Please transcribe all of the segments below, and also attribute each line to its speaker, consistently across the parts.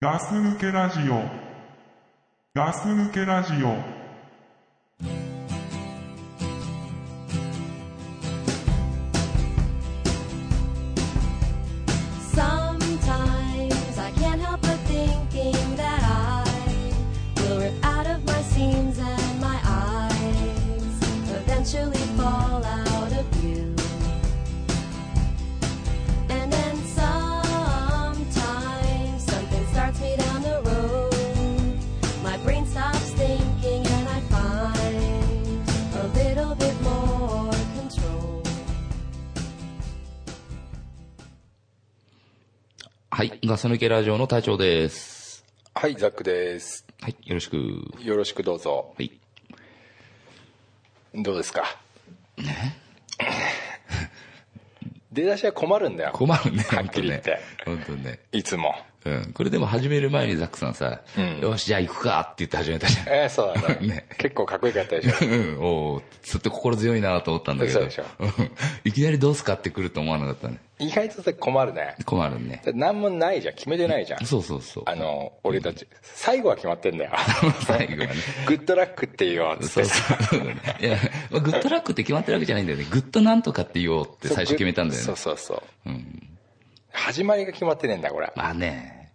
Speaker 1: ガス抜けラジオ。ガス抜けラジオ。
Speaker 2: Sometimes I can't help but thinking that I will rip out of my seams and my eyes eventually fall out of view. And then sometimes something starts me down the road. My brain stops thinking and I find a little bit more control.
Speaker 3: はい、ガス抜けラジオの隊長です。
Speaker 4: はい、ザックです。
Speaker 3: はい、よろしく。
Speaker 4: よろしくどうぞ。
Speaker 3: はい。
Speaker 4: どうですか 出だしは困るんだよ。
Speaker 3: 困るね、
Speaker 4: はっ
Speaker 3: 本当
Speaker 4: きり言っ
Speaker 3: ね
Speaker 4: て。
Speaker 3: 本当ね。
Speaker 4: いつも。
Speaker 3: うん。これでも始める前にザックさんさ、
Speaker 4: うん
Speaker 3: よし、じゃあ行くかって言って始めたじ
Speaker 4: えー、そうだ
Speaker 3: ね
Speaker 4: ね。結構かっこよかったで しょ。
Speaker 3: ゃん。うん、おーずっと心強いなと思ったんだけど。
Speaker 4: そうでしょ
Speaker 3: うんいきなりどうすかって来ると思わなかったね。
Speaker 4: 意外とさ、困るね。
Speaker 3: 困るね。
Speaker 4: なんもないじゃん。決めてないじゃん。
Speaker 3: そうそうそう。
Speaker 4: あの、俺たち。最後は決まってんだよ。
Speaker 3: 最後はね。
Speaker 4: グッドラックって言おうよ、つっ
Speaker 3: そう
Speaker 4: て
Speaker 3: そう。いや、まあグッドラックって決まってるわけじゃないんだよね。グッドなんとかって言おうって最初決めたんだよね
Speaker 4: そう。そうそう。始まりが決まってねえんだ、これ。
Speaker 3: まあね、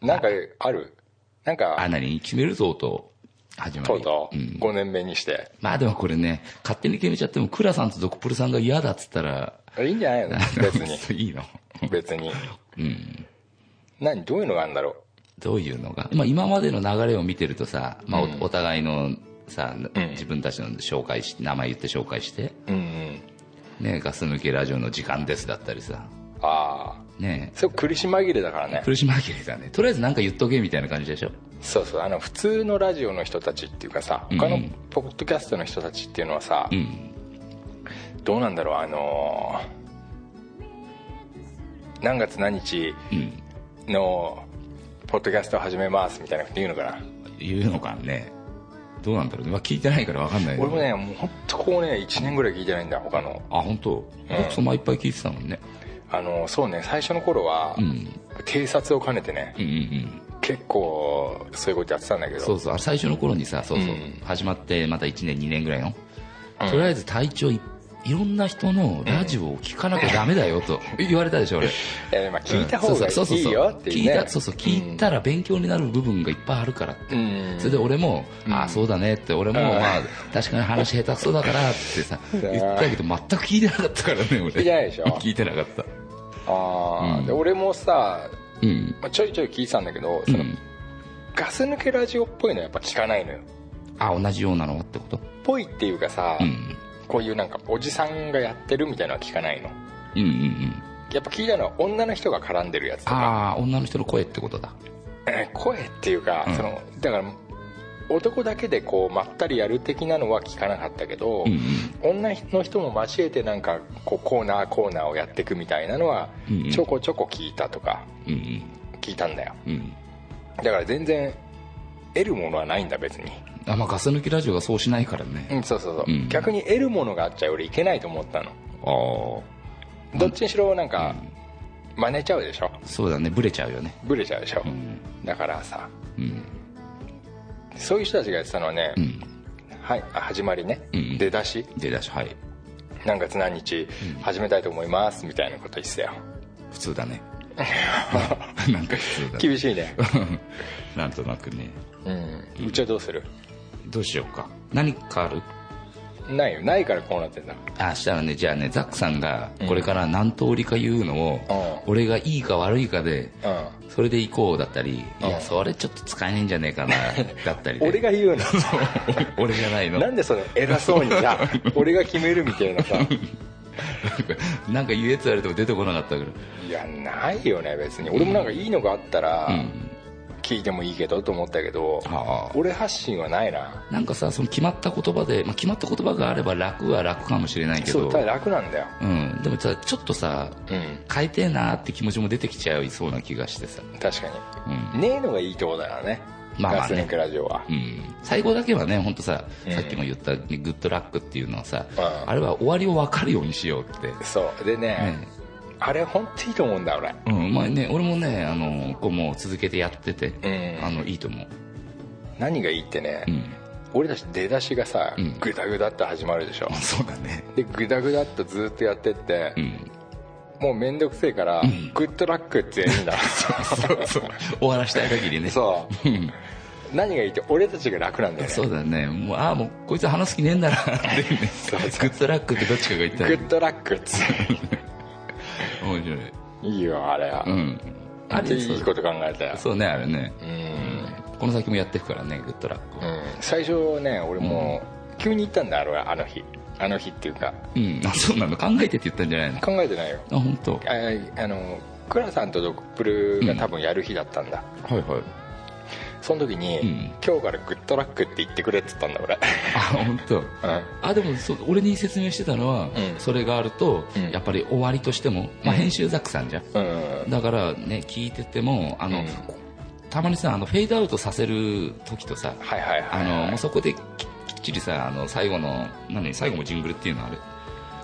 Speaker 4: なんか、あるなん
Speaker 3: あ、
Speaker 4: か、
Speaker 3: なに決めるぞと、始まり。
Speaker 4: とうとう、
Speaker 3: ん
Speaker 4: 5年目にして。
Speaker 3: まあでもこれね、勝手に決めちゃっても、倉さんとドクプルさんが嫌だっつったら、
Speaker 4: あいいんじゃないの別 に。
Speaker 3: いいの。
Speaker 4: 別に。何どういうのがあるんだろ
Speaker 3: どういうのが。まあ今までの流れを見てるとさ、まあお,、
Speaker 4: うん
Speaker 3: 互いのさ、
Speaker 4: ん
Speaker 3: 自分たちの紹介し、名前言って紹介して、
Speaker 4: う。うんうん。
Speaker 3: ね、ガス抜けラジオの時間ですだったりさ、
Speaker 4: ああ。
Speaker 3: ね、
Speaker 4: そう、苦し紛れだからね。
Speaker 3: 苦し紛れだね。とりあえずなんか言っとけみたいな感じでしょ。
Speaker 4: そうそう。あの、普通のラジオの人たちっていうかさ、
Speaker 3: ん
Speaker 4: 他のポッドキャストの人たちっていうのはさ、
Speaker 3: うん。
Speaker 4: どうなんだろう、あのー何月何日
Speaker 3: うん。
Speaker 4: のポッドキャストを始めますみたいなこと言うのかな。
Speaker 3: 言うのかね。どうなんだろうね。まあ聞いてないからわかんないけど
Speaker 4: 俺もね、もうほんとここね、1年ぐらい聞いてないんだ、他の。
Speaker 3: あ、本当。僕そのまいっぱい聞いてたもんね。
Speaker 4: あのーそうね、最初の頃は、
Speaker 3: うん。
Speaker 4: 偵察を兼ねてね
Speaker 3: う、んうんうん。
Speaker 4: 結構、そういうことやってたんだけど。
Speaker 3: そうそうあれ最初の頃にさそうそう、
Speaker 4: うん
Speaker 3: 始まってまた1年2年ぐらいの、
Speaker 4: うん
Speaker 3: とりあえず隊長いいろんな人のラジオを聞かなきゃダメだよと言われたでしょ俺
Speaker 4: えーまあ、聞いた方が
Speaker 3: そうそう
Speaker 4: い
Speaker 3: そ
Speaker 4: いうよって
Speaker 3: 聞
Speaker 4: いう
Speaker 3: い
Speaker 4: ね、
Speaker 3: たそうそう聞いたら勉強になる部分がいっぱいあるからって、
Speaker 4: うん
Speaker 3: それで俺も、
Speaker 4: ん
Speaker 3: ああそうだねって俺も、
Speaker 4: うん
Speaker 3: まあ確かに話下手くそだからって さ言ったけど全く聞いてなかったからね俺
Speaker 4: 聞いてないでしょ
Speaker 3: 聞いてなかった
Speaker 4: ああ、
Speaker 3: うん
Speaker 4: で俺もさ
Speaker 3: うん
Speaker 4: まあちょいちょい聞いてたんだけど
Speaker 3: う
Speaker 4: その、
Speaker 3: ん
Speaker 4: ガス抜けラジオっぽいのはやっぱ聞かないのよ
Speaker 3: あ同じようなのってこと
Speaker 4: ぽいっていうかさ、
Speaker 3: うん
Speaker 4: こういうなんかおじさんがやってるみたいなのは聞かないの
Speaker 3: うんうんうん
Speaker 4: やっぱ聞いたのは女の人が絡んでるやつとか
Speaker 3: ああ女の人の声ってことだ
Speaker 4: えー声っていうか、
Speaker 3: うん
Speaker 4: そのだから男だけでこうまったりやる的なのは聞かなかったけど、
Speaker 3: うんうん
Speaker 4: 女の人も交えてなんかこうコーナーコーナーをやっていくみたいなのは
Speaker 3: うんうん
Speaker 4: ちょこちょこ聞いたとか
Speaker 3: うん
Speaker 4: 聞いたんだよ
Speaker 3: うんうん
Speaker 4: だから全然得るものはないんだ別に、
Speaker 3: あまあガス抜きラジオがそうしないからね、
Speaker 4: うん、そうそうそう、
Speaker 3: うん
Speaker 4: 逆に得るものがあっちゃ俺いけないと思ったの
Speaker 3: あ
Speaker 4: どっちにしろなんか真似ちゃうでしょ
Speaker 3: あそうだねブレちゃうよね
Speaker 4: ブレちゃうでしょ、
Speaker 3: うん
Speaker 4: だからさ
Speaker 3: うん
Speaker 4: そういう人たちがやってたのはね、
Speaker 3: うん
Speaker 4: はい、あ始まりね、
Speaker 3: うん
Speaker 4: 出だし
Speaker 3: 出だしはい
Speaker 4: 何月何日始めたいと思いますみたいなこと言ってたよ
Speaker 3: 普通だね なんか普通だ、ね、
Speaker 4: 厳しいね、
Speaker 3: なんとなくね
Speaker 4: うん、うちはどうする
Speaker 3: どうしようか何かある
Speaker 4: ないよないからこうなってんだ
Speaker 3: あしたらねじゃあねザックさんがこれから何通りか言うのを、
Speaker 4: う
Speaker 3: 俺がいいか悪いかで
Speaker 4: う
Speaker 3: それで行こうだったり、
Speaker 4: うん
Speaker 3: いやそれちょっと使えねえんじゃねえかなだったり
Speaker 4: ん
Speaker 3: で
Speaker 4: 俺が言うの
Speaker 3: 俺じゃないの
Speaker 4: なんでそれ偉そうにさ俺が決めるみたいなさ
Speaker 3: なんか言えって言われても出てこなかったから
Speaker 4: いやないよね別に俺もなんかいいのがあったら
Speaker 3: うん
Speaker 4: 聞いてもいいけどと思ったけど、
Speaker 3: ああ
Speaker 4: 俺発信はないな
Speaker 3: なんかさその決まった言葉で、まあ、決まった言葉があれば楽は楽かもしれないけ
Speaker 4: そ
Speaker 3: ど
Speaker 4: うただ楽なんだよ
Speaker 3: うん、でもさちょっとさ
Speaker 4: うん
Speaker 3: 変えてえなって気持ちも出てきちゃいそうな気がしてさ、
Speaker 4: 確か
Speaker 3: うん
Speaker 4: にねえのがいいとこだよね
Speaker 3: まあまあね
Speaker 4: ガス抜けラジオは
Speaker 3: うん、最後だけはね本当さ
Speaker 4: うん
Speaker 3: さっきも言った、ねグッドラックっていうのはさ、
Speaker 4: うん
Speaker 3: あれは終わりを分かるようにしようって、
Speaker 4: そうでね
Speaker 3: ね
Speaker 4: あれ本当いいと思うんだ俺
Speaker 3: うんまあね、俺もねあのこうもう続けてやってて、
Speaker 4: うん
Speaker 3: あのいいと思う、
Speaker 4: 何がいいってね、
Speaker 3: うん、
Speaker 4: 俺たち出だしがさ、
Speaker 3: うん
Speaker 4: グダグダって始まるでしょ
Speaker 3: そうだね
Speaker 4: でグダグダっとずっとやってって、
Speaker 3: うん
Speaker 4: もうめんどくせえから、
Speaker 3: うん
Speaker 4: グッドラックって言うんだ そうそう
Speaker 3: 終わらしたい限りね
Speaker 4: そう何がいいって俺たちが楽なんだよね
Speaker 3: そうだねもうああもうこいつ話す気ねえんだなっていうね
Speaker 4: そうそう
Speaker 3: グッドラックってどっちかが言っ
Speaker 4: グ
Speaker 3: たら
Speaker 4: ッドラックって
Speaker 3: 面白い
Speaker 4: いいよあれは、
Speaker 3: うん
Speaker 4: あれ
Speaker 3: そう
Speaker 4: いいこと考えたよ
Speaker 3: そうねあれね
Speaker 4: うん、うん、
Speaker 3: この先もやっていくからねグッドラックは
Speaker 4: 最初ね俺もう急に行ったんだ俺はあの日あの日っていうか
Speaker 3: うん、あそうなの考えてって言ったんじゃないの
Speaker 4: 考えてないよ
Speaker 3: あ本当。
Speaker 4: ああの倉さんとドクプルが多分やる日だったんだ、
Speaker 3: はいはい
Speaker 4: その時に、
Speaker 3: うん
Speaker 4: 今日からグッドラックって言ってくれって言ったんだ 俺、
Speaker 3: あ本当。あでもそう俺に説明してたのは、
Speaker 4: うん
Speaker 3: それがあると、
Speaker 4: うん
Speaker 3: やっぱり終わりとしても、まあ、編集ザックさんじゃん、
Speaker 4: うん、うん
Speaker 3: だからね聞いててもあの、
Speaker 4: うん
Speaker 3: たまにさあのフェードアウトさせる時とさ
Speaker 4: はいはい
Speaker 3: あ
Speaker 4: はい、
Speaker 3: のもうそこでききっちりさあの最後の何最後もジングルっていうのある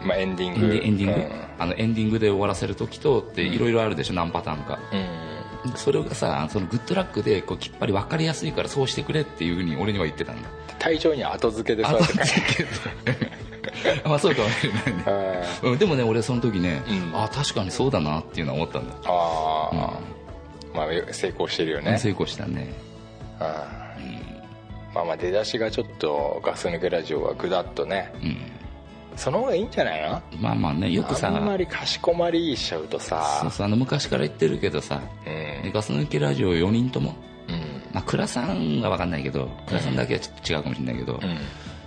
Speaker 4: まあ、エンディング
Speaker 3: エンディング、
Speaker 4: うん
Speaker 3: あのエンディングで終わらせる時とって
Speaker 4: うん
Speaker 3: いろいろあるでしょ、何パターンか
Speaker 4: うん
Speaker 3: それがさそのグッドラックでこうきっぱり分かりやすいからそうしてくれっていうふうに俺には言ってたんだ
Speaker 4: 体調に後付けで
Speaker 3: あ
Speaker 4: さ
Speaker 3: そうだけどまあそうかもしれないね
Speaker 4: うん
Speaker 3: うんでもね俺その時ね、
Speaker 4: うん
Speaker 3: あ確かにそうだなっていうのは思ったんだ、
Speaker 4: あ
Speaker 3: うん
Speaker 4: あ、まあ成功してるよね
Speaker 3: 成功したね
Speaker 4: あまあまあ出だしがちょっとガス抜けラジオはグダッとね
Speaker 3: うん
Speaker 4: その方がいいんじゃないの
Speaker 3: まあまあねよくさ
Speaker 4: あんまりかしこまりしちゃうと
Speaker 3: そう
Speaker 4: さ
Speaker 3: そうあの昔から言ってるけどさ
Speaker 4: うん
Speaker 3: ガス抜けラジオ4人とも、
Speaker 4: うん
Speaker 3: まあ、倉さんは分かんないけど倉さんだけはちょっと違うかもしれないけど、
Speaker 4: うん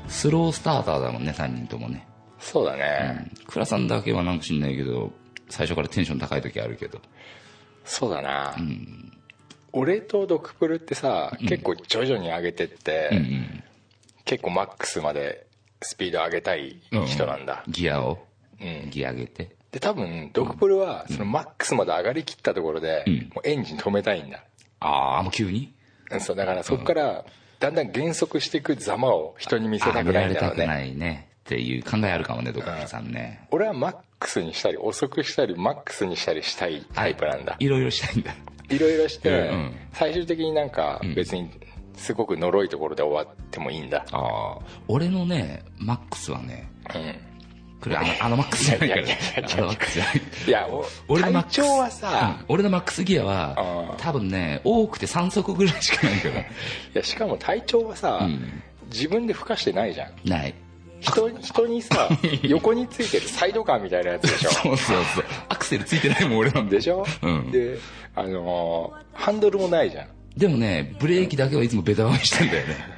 Speaker 3: スロースターターだもんね3人ともね、
Speaker 4: そうだ
Speaker 3: う
Speaker 4: ね
Speaker 3: ん、倉さんだけはなんか知んないけど最初からテンション高い時あるけど
Speaker 4: そうだな
Speaker 3: うん
Speaker 4: 俺とドクプルってさ結構徐々に上げてっ
Speaker 3: うんう
Speaker 4: て
Speaker 3: ん
Speaker 4: 結構マックスまでスピード上げたい人なんだ
Speaker 3: ギアを
Speaker 4: うん
Speaker 3: ギア上げて
Speaker 4: で多分ドクプルはそのマックスまで上がりきったところで
Speaker 3: うん
Speaker 4: もうエンジン止めたいんだ
Speaker 3: ああもう急に
Speaker 4: そうだからそこからだんだん減速していくざまを人に見せ
Speaker 3: あ
Speaker 4: た
Speaker 3: 見
Speaker 4: くな
Speaker 3: ら
Speaker 4: いん
Speaker 3: れ
Speaker 4: だろ
Speaker 3: た
Speaker 4: う
Speaker 3: く
Speaker 4: ね
Speaker 3: ないねっていう考えあるかもねドクターさんね
Speaker 4: 俺はマックスにしたり遅くしたりマックスにしたりしたいタイプなんだ
Speaker 3: いろいろしたいんだ
Speaker 4: いろいろし
Speaker 3: うん
Speaker 4: て
Speaker 3: うん
Speaker 4: 最終的になんか別にすごく呪いところで終わってもいいんだ
Speaker 3: ああ俺のねマックスはね
Speaker 4: うん
Speaker 3: こ れあのあのマックスじゃないから
Speaker 4: いやいやいやいや
Speaker 3: あのマックスじゃない
Speaker 4: いやお
Speaker 3: 俺のマッ
Speaker 4: 体
Speaker 3: クス
Speaker 4: 調はさ
Speaker 3: うん俺のマックスギア
Speaker 4: あ
Speaker 3: は
Speaker 4: ー
Speaker 3: 多分ね多くて3足ぐらいしかないから
Speaker 4: いやしかも体調はさ
Speaker 3: うん
Speaker 4: 自分でふかしてないじゃん
Speaker 3: ない
Speaker 4: 人に人にさ横についてるサイドカーみたいなやつでしょ
Speaker 3: そうそうそうアクセルついてないもん俺なんで
Speaker 4: でしょ、
Speaker 3: うん
Speaker 4: であのーハンドルもないじゃん
Speaker 3: でもねブレーキだけはいつもベタ踏みしてんだよね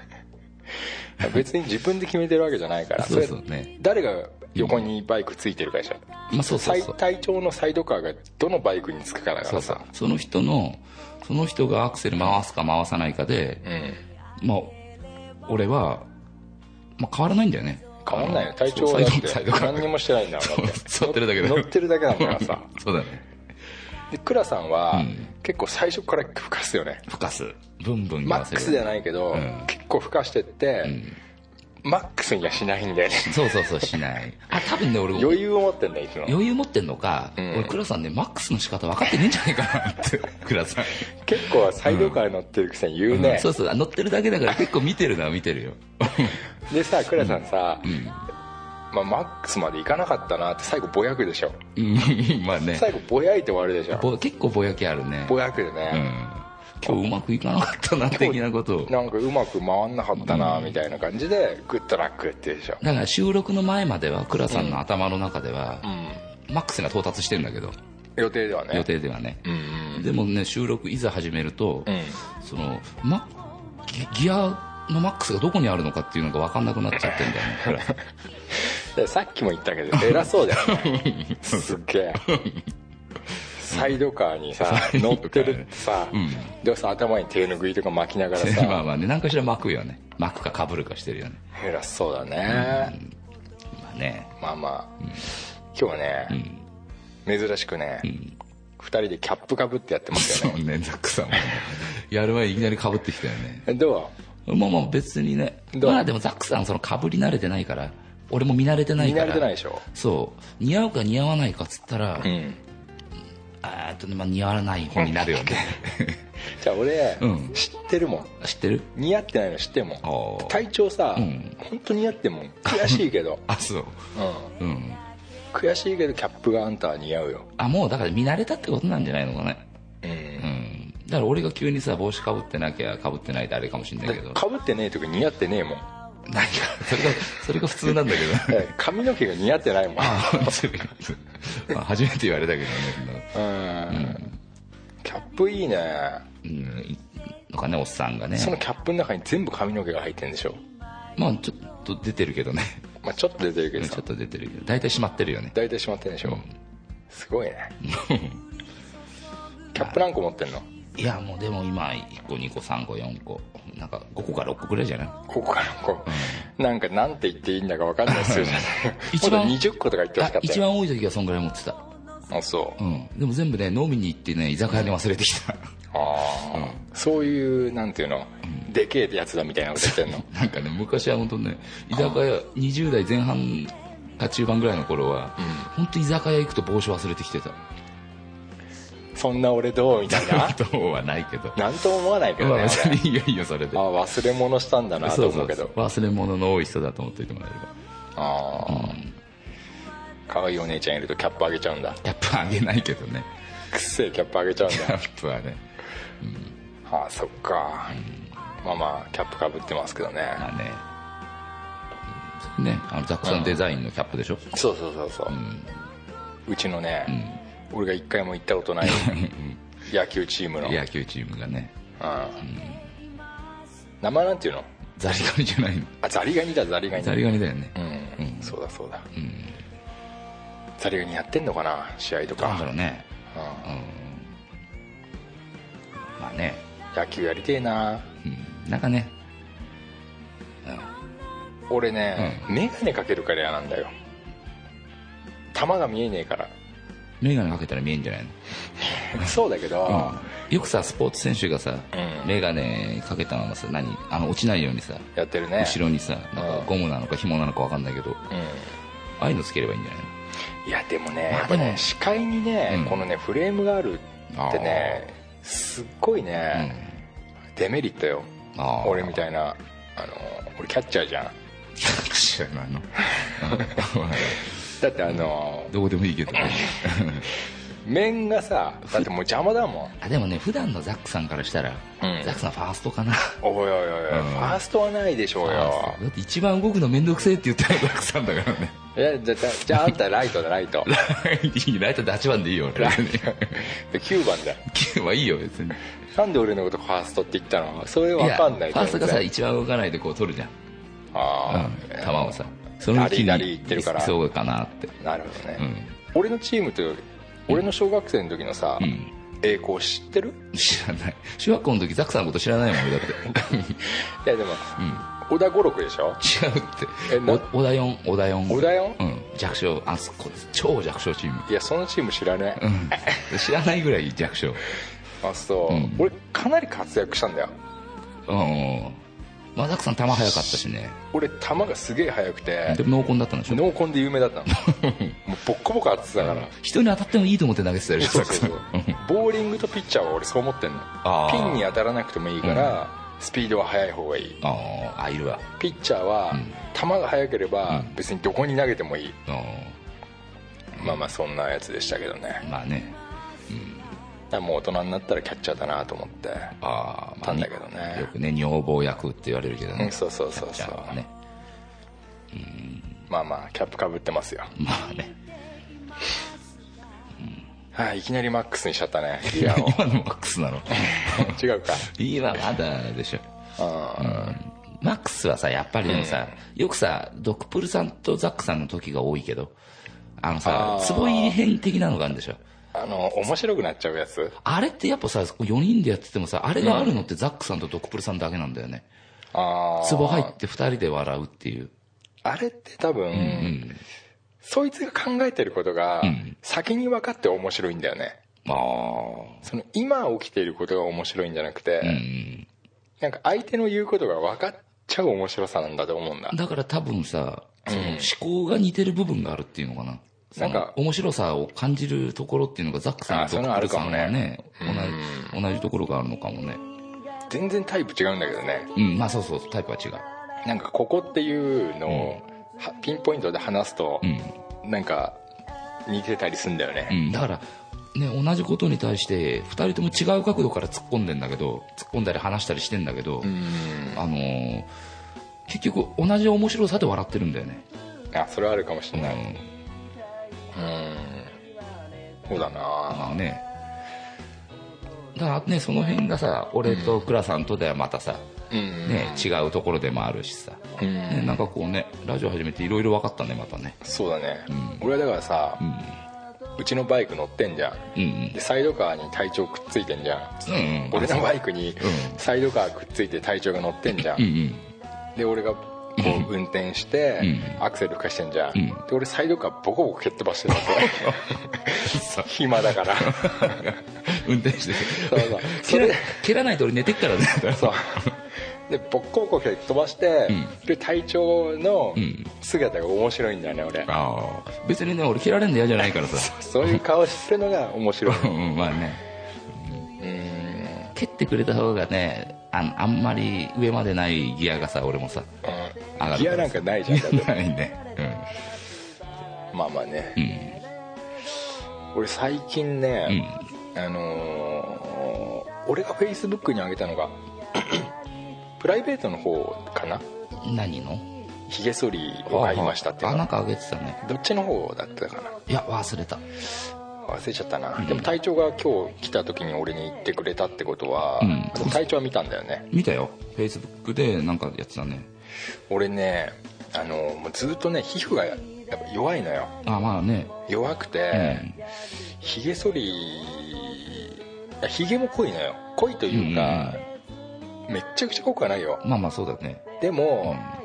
Speaker 4: 別に自分で決めてるわけじゃないから
Speaker 3: そうそう
Speaker 4: れ
Speaker 3: ね
Speaker 4: 誰が横にバイクついてるかじゃん
Speaker 3: まあそうそうそう
Speaker 4: 体調のサイドカーがどのバイクにつくかだか
Speaker 3: そう
Speaker 4: ら
Speaker 3: そ
Speaker 4: さ
Speaker 3: うその人のその人がアクセル回すか回さないかで
Speaker 4: う、ん
Speaker 3: まあ、俺は、まあ、変わらないんだよね
Speaker 4: 変わんないよ体調
Speaker 3: そ
Speaker 4: は
Speaker 3: う
Speaker 4: だっ
Speaker 3: サイドサイ
Speaker 4: て
Speaker 3: ドから
Speaker 4: 何にもしてないんだもんだって
Speaker 3: 座ってるだけだよ
Speaker 4: 乗ってるだけなんだからさ
Speaker 3: そうだね
Speaker 4: で倉さんは、
Speaker 3: うん
Speaker 4: 結構最初からふかすよね
Speaker 3: ふかすブンブン言
Speaker 4: マ
Speaker 3: わ
Speaker 4: ッ
Speaker 3: せ
Speaker 4: ク
Speaker 3: る
Speaker 4: スじゃないけど、
Speaker 3: うん
Speaker 4: 結構ふかしてって、マックスにはしないんだよね
Speaker 3: そうそうそうしないあ多分ね俺
Speaker 4: 余裕を持ってんだよいつも
Speaker 3: 余裕持ってんのか、
Speaker 4: ん
Speaker 3: 俺倉さんねマックスの仕方分かってねえんじゃないかなって 倉さん
Speaker 4: 結構サイドカー乗ってるくせに言うね、
Speaker 3: うんそうそう乗ってるだけだから結構見てるのは見て るよ
Speaker 4: でさ倉さんさ、
Speaker 3: ん
Speaker 4: まあ、マックスまで行かなかったなって最後ぼやくでしょ
Speaker 3: うんまあね
Speaker 4: 最後ぼやいて終わるでしょ
Speaker 3: ぼ結構ぼやきあるね
Speaker 4: ぼやくで
Speaker 3: うん
Speaker 4: ね、
Speaker 3: 今日うまくいかなかったな的なことを
Speaker 4: なんかうまく回んなかったなみたいな感じでグッドラックって言うでしょ
Speaker 3: だから収録の前までは倉さんの頭の中では、マックスが到達してるんだけど
Speaker 4: 予定ではね
Speaker 3: 予定ではね
Speaker 4: うんうん
Speaker 3: でもね収録いざ始めると、
Speaker 4: うん
Speaker 3: そのマギギアのマックスがどこにあるのかっていうのが分かんなくなっちゃってんだよね倉さん
Speaker 4: でさっきも言ったけど偉そうだよ ねすっげえサイドカー にさ乗ってるってさ、でさ頭に手ぬぐいとか巻きなが ら
Speaker 3: まあ
Speaker 4: さ
Speaker 3: まあね何かしら巻くよね巻くかかぶるかしてるよね
Speaker 4: 偉そうだね、
Speaker 3: まあね
Speaker 4: まあまあ、今日はね、珍しくね、二人でキャップかぶってやってますよ
Speaker 3: そうねザックさんもねやる前いきなりかぶってきたよね
Speaker 4: ねど
Speaker 3: まあまあ別にね
Speaker 4: どう
Speaker 3: まあでもザックさんそのかぶり慣れてないから俺も見慣れて
Speaker 4: う
Speaker 3: ない
Speaker 4: 見
Speaker 3: か
Speaker 4: 慣
Speaker 3: ら
Speaker 4: れてないでしょ
Speaker 3: そう似合うか似合わないかっつったら、
Speaker 4: うん
Speaker 3: えーっとね、まあ、似合わない方になるよね
Speaker 4: じゃあ俺、
Speaker 3: うん
Speaker 4: 知ってるもん
Speaker 3: 知ってる
Speaker 4: 似合ってないの知ってるもん
Speaker 3: ああ
Speaker 4: 体調さ、
Speaker 3: うん
Speaker 4: 本当似合ってんもん悔しいけ
Speaker 3: 、
Speaker 4: ど
Speaker 3: あそう
Speaker 4: うん、
Speaker 3: うん
Speaker 4: 悔しいけどキャップがあんたは似合うよ
Speaker 3: あもうだから見慣れたってことなんじゃないのかね
Speaker 4: う
Speaker 3: うんんだから俺が急にさ帽子かぶってなきゃかぶってないであれかもしんないけど
Speaker 4: かぶってねえ時似合ってねえもん
Speaker 3: なんかそれがそれが普通なんだけど
Speaker 4: え髪の毛が似合ってないもん
Speaker 3: あ本当にまあ初めて言われたけどねそんな
Speaker 4: うんキャップいいね
Speaker 3: うんいのかねおっさんがね
Speaker 4: そのキャップの中に全部髪の毛が入ってんでしょ、
Speaker 3: まあちょっと出てるけどね
Speaker 4: まあ、ちょっと出てるけ
Speaker 3: うん
Speaker 4: ど
Speaker 3: ちょ
Speaker 4: さ
Speaker 3: っと出てるけど大体閉まってるよね
Speaker 4: 大体しまってんでしょ、すごい ねキャップ何個持ってんの
Speaker 3: いやもうでも今1個2個3個4個なんか5個か6個ぐらいじゃない
Speaker 4: ここからこうなんかなんて言っていいんだか分かんないですよじゃない
Speaker 3: 一番
Speaker 4: ほんと20個とか言ってほしか
Speaker 3: あ
Speaker 4: った
Speaker 3: 一
Speaker 4: よ
Speaker 3: 番多い時はそんぐらい持ってた
Speaker 4: あそう
Speaker 3: うんでも全部ね飲みに行ってね居酒屋に忘れてきた
Speaker 4: ああ、そういうなんていうの、でけえやつだみたいなこと言ってんの
Speaker 3: なんかね昔は本当ね居酒屋20代前半か中盤ぐらいの頃は、本当居酒屋行くと帽子忘れてきてた
Speaker 4: そんな俺どうみたいな
Speaker 3: どうはないけど
Speaker 4: なんとも思わないけ
Speaker 3: ま
Speaker 4: ど
Speaker 3: あ
Speaker 4: ね
Speaker 3: 別にいいよいいよそれで
Speaker 4: あ忘れ物したんだなと
Speaker 3: そうそ
Speaker 4: 思う
Speaker 3: う
Speaker 4: け
Speaker 3: そ
Speaker 4: ど
Speaker 3: う忘れ物の多い人だと思っておいてもらえれば
Speaker 4: ああ、可愛いお姉ちゃんいるとキャップあげちゃうんだ
Speaker 3: キャップあげないけどね
Speaker 4: くっせえキャップあげちゃうん
Speaker 3: キ
Speaker 4: だ
Speaker 3: ャップはね
Speaker 4: ああそっか、まあまあキャップかぶってますけどね
Speaker 3: まあねうんねあのザックさんデザインのキャップでしょ
Speaker 4: そうそうそうそう、うちのね、俺が一回も行ったことない野球チームの、うん
Speaker 3: 野球チームがね
Speaker 4: 名前なんていうの
Speaker 3: ザリガニじゃないの
Speaker 4: あザリガニだザリガニ
Speaker 3: ザリガニだよね
Speaker 4: うん、そうだそうだ、ザリガニやってんのかな試合とか
Speaker 3: なんだろうね
Speaker 4: う
Speaker 3: まあね
Speaker 4: ん野球やりてえな
Speaker 3: うんなんかね
Speaker 4: 俺ね、眼鏡かけるから嫌なんだよ球が見えねえから
Speaker 3: 眼鏡かけたら見えんじゃないの
Speaker 4: そうだけど、
Speaker 3: よくさスポーツ選手がさ
Speaker 4: うん
Speaker 3: 眼鏡かけたままさ何あの落ちないようにさ
Speaker 4: やってるね
Speaker 3: 後ろにさなんかゴムなのか紐なのか分かんないけど
Speaker 4: う
Speaker 3: あ
Speaker 4: ん
Speaker 3: あいうのつければいいんじゃないの
Speaker 4: いやでもね
Speaker 3: まあ
Speaker 4: やっぱ
Speaker 3: で
Speaker 4: ね
Speaker 3: も
Speaker 4: 視界にね、
Speaker 3: うん
Speaker 4: このねフレームがあるってねすっごいね、デメリットよ
Speaker 3: あー
Speaker 4: 俺みたいなあの俺キャッチャーじゃん
Speaker 3: 知らないの
Speaker 4: だってあの
Speaker 3: どうでもいい けどね
Speaker 4: 面がさだってもう邪魔だも ん
Speaker 3: あでもね普段のザックさんからしたら、
Speaker 4: うん
Speaker 3: ザックさんファーストかな
Speaker 4: おいおいおいおい、
Speaker 3: ん
Speaker 4: ファーストはないでしょうよ
Speaker 3: だって一番動くの面倒くせえって言ったのザックさんだからね
Speaker 4: いやじゃじゃじゃああんたライトだ ライト
Speaker 3: いいライトで8番でいいよ俺
Speaker 4: ライト9番だよ
Speaker 3: まあいいよ別に
Speaker 4: なんで俺のことファーストって言ったのそれ分かんない
Speaker 3: やファーストがさ
Speaker 4: 全然
Speaker 3: 一番動かないでこう取るじゃん、
Speaker 4: あ
Speaker 3: うん、
Speaker 4: あ、
Speaker 3: 球をさそのうちに
Speaker 4: ダリダリ言ってるから
Speaker 3: そうかなって
Speaker 4: なるほどね、
Speaker 3: うん
Speaker 4: 俺のチームと俺の小学生の時のさ、
Speaker 3: ん
Speaker 4: 栄光知ってる
Speaker 3: 知らない中学校の時ザックさんのこと知らないもん俺だって
Speaker 4: いやでも、小田五六でしょ
Speaker 3: 違うって
Speaker 4: えな
Speaker 3: お小田4小田4
Speaker 4: 小田四
Speaker 3: うん弱小あそこ超弱小チーム
Speaker 4: いやそのチーム知らねえ、
Speaker 3: うん知らないぐらい弱小
Speaker 4: あそう、俺かなり活躍したんだよ
Speaker 3: うんまあザックさん球速かったしね
Speaker 4: 俺球がすげえ速くて
Speaker 3: でも濃厚だったんでしょ
Speaker 4: 濃厚で有名だったのもうボッコボコ当ててたから、
Speaker 3: 人に当たってもいいと思って投げてたでしょ
Speaker 4: そうそうそう
Speaker 3: ザックさん
Speaker 4: ボーリングとピッチャーは俺そう思ってんの
Speaker 3: あー
Speaker 4: ピンに当たらなくてもいいから、スピードは速い方がいい
Speaker 3: あーあいるわ
Speaker 4: ピッチャーは球が速ければ別にどこに投げてもいい、
Speaker 3: あ
Speaker 4: まあまあそんなやつでしたけどね
Speaker 3: ーまあね
Speaker 4: もう大人になったらキャッチャーだなと思って
Speaker 3: あーま
Speaker 4: た
Speaker 3: あ
Speaker 4: んだけどね
Speaker 3: よくね女房役って言われるけど
Speaker 4: う
Speaker 3: ね
Speaker 4: んそうそうそう
Speaker 3: じ
Speaker 4: そ
Speaker 3: ゃあ
Speaker 4: う、
Speaker 3: ね
Speaker 4: まあまあキャップかぶってますよ
Speaker 3: まあね
Speaker 4: はい、いきなりマックスにしちゃったねギアを
Speaker 3: 今のマックスな の
Speaker 4: 違うか
Speaker 3: 今まだでしょ
Speaker 4: あ
Speaker 3: マックスはさやっぱりでもさ、よくさドクプルさんとザックさんの時が多いけどあのさ
Speaker 4: あー
Speaker 3: 壺入り編的なのがあるんでしょ
Speaker 4: ーあの面白くなっちゃうやつ
Speaker 3: あれってやっぱさ4人でやっててもさあれがあるのってザックさんとドクプルさんだけなんだよね
Speaker 4: ああ
Speaker 3: 壺入って2人で笑うっていう
Speaker 4: あれって多分、そいつが考えてることが先に分かって面白いんだよね、
Speaker 3: ああ
Speaker 4: その今起きていることが面白いんじゃなくて、
Speaker 3: うん
Speaker 4: なんか相手の言うことが分かっちゃう面白さなんだと思うんだ
Speaker 3: だから多分さその思考が似てる部分があるっていうのかなその
Speaker 4: なんか
Speaker 3: 面白さを感じるところっていうのがザックさん
Speaker 4: あ
Speaker 3: の
Speaker 4: それ
Speaker 3: 独
Speaker 4: はあ
Speaker 3: 特
Speaker 4: るか
Speaker 3: さ
Speaker 4: も
Speaker 3: が
Speaker 4: ね
Speaker 3: ね同じ同じところがあるのかもね
Speaker 4: 全然タイプ違うんだけどね
Speaker 3: うんまあそうそうタイプは違う
Speaker 4: なんかここっていうのを、はピンポイントで話すと
Speaker 3: う、ん
Speaker 4: なんか似てたりすんだよね、
Speaker 3: うん、だから、ね、同じことに対して2人とも違う角度から突っ込んでんだけど突っ込んだり話したりしてんだけど、
Speaker 4: うん
Speaker 3: あのー結局同じ面白さで笑ってるんだよね、
Speaker 4: あそれはあるかもし
Speaker 3: う
Speaker 4: れ
Speaker 3: ん
Speaker 4: ないうんそうだ
Speaker 3: ま
Speaker 4: な
Speaker 3: あねだからねその辺がさ俺と倉さんとではまたさ、
Speaker 4: うん、
Speaker 3: ね、違うところでもあるしさ、
Speaker 4: うん
Speaker 3: ね、なんかこうねラジオ始めていろいろ分かったねまたね
Speaker 4: そうだね、俺はだからさ、うちのバイク乗ってんじゃ
Speaker 3: う
Speaker 4: ん
Speaker 3: んうん
Speaker 4: でサイドカーに体調くっついてんじゃ
Speaker 3: う
Speaker 4: ん
Speaker 3: んうん
Speaker 4: 俺の
Speaker 3: あ
Speaker 4: バイクに
Speaker 3: うん
Speaker 4: サイドカーくっついて体調が乗ってんじゃん、
Speaker 3: そううん
Speaker 4: で俺がこう運転して
Speaker 3: う
Speaker 4: アクセルかしてんじゃん、
Speaker 3: ん
Speaker 4: で俺サイドカーボコボコ蹴っ飛ばしてるわけ暇だ から
Speaker 3: うん運転して
Speaker 4: そうそう
Speaker 3: 蹴
Speaker 4: そ
Speaker 3: ら
Speaker 4: れ
Speaker 3: 蹴らないと俺寝てっからね
Speaker 4: そうでボッコボコ蹴っ飛ばして、で隊長の
Speaker 3: ん
Speaker 4: 姿が面白いんだよね俺
Speaker 3: ああ別にね俺蹴られるの嫌じゃないからさ
Speaker 4: そういう顔してるのが面 白い
Speaker 3: うんまあね
Speaker 4: うん
Speaker 3: 蹴ってくれた方がねあんあんまり上までないギアがさ俺もさ上がる
Speaker 4: ギアなんかないじゃんだって
Speaker 3: ないね
Speaker 4: まあまあね、
Speaker 3: うん
Speaker 4: 俺最近ね、あのー俺がフェイスブックに上げたのが プライベートの方かな
Speaker 3: うん何の
Speaker 4: ひげ剃りを買いましたっていう
Speaker 3: あ
Speaker 4: の
Speaker 3: なんか上げてたね
Speaker 4: どっちの方だったかない
Speaker 3: や忘れた
Speaker 4: 忘れちゃったな、でも隊長が今日来た時に俺に言ってくれたってことは、
Speaker 3: うん
Speaker 4: 隊長は見たんだよね
Speaker 3: 見たよフェイスブックでなんかやってたね
Speaker 4: 俺ねあのもうずっとね皮膚がやっぱ弱いのよ
Speaker 3: あまあね
Speaker 4: 弱くてひげ、髭剃りひげも濃いのよ濃いというか、めっちゃくちゃ濃くはないよ
Speaker 3: まあまあそうだね
Speaker 4: で
Speaker 3: う
Speaker 4: も、
Speaker 3: ん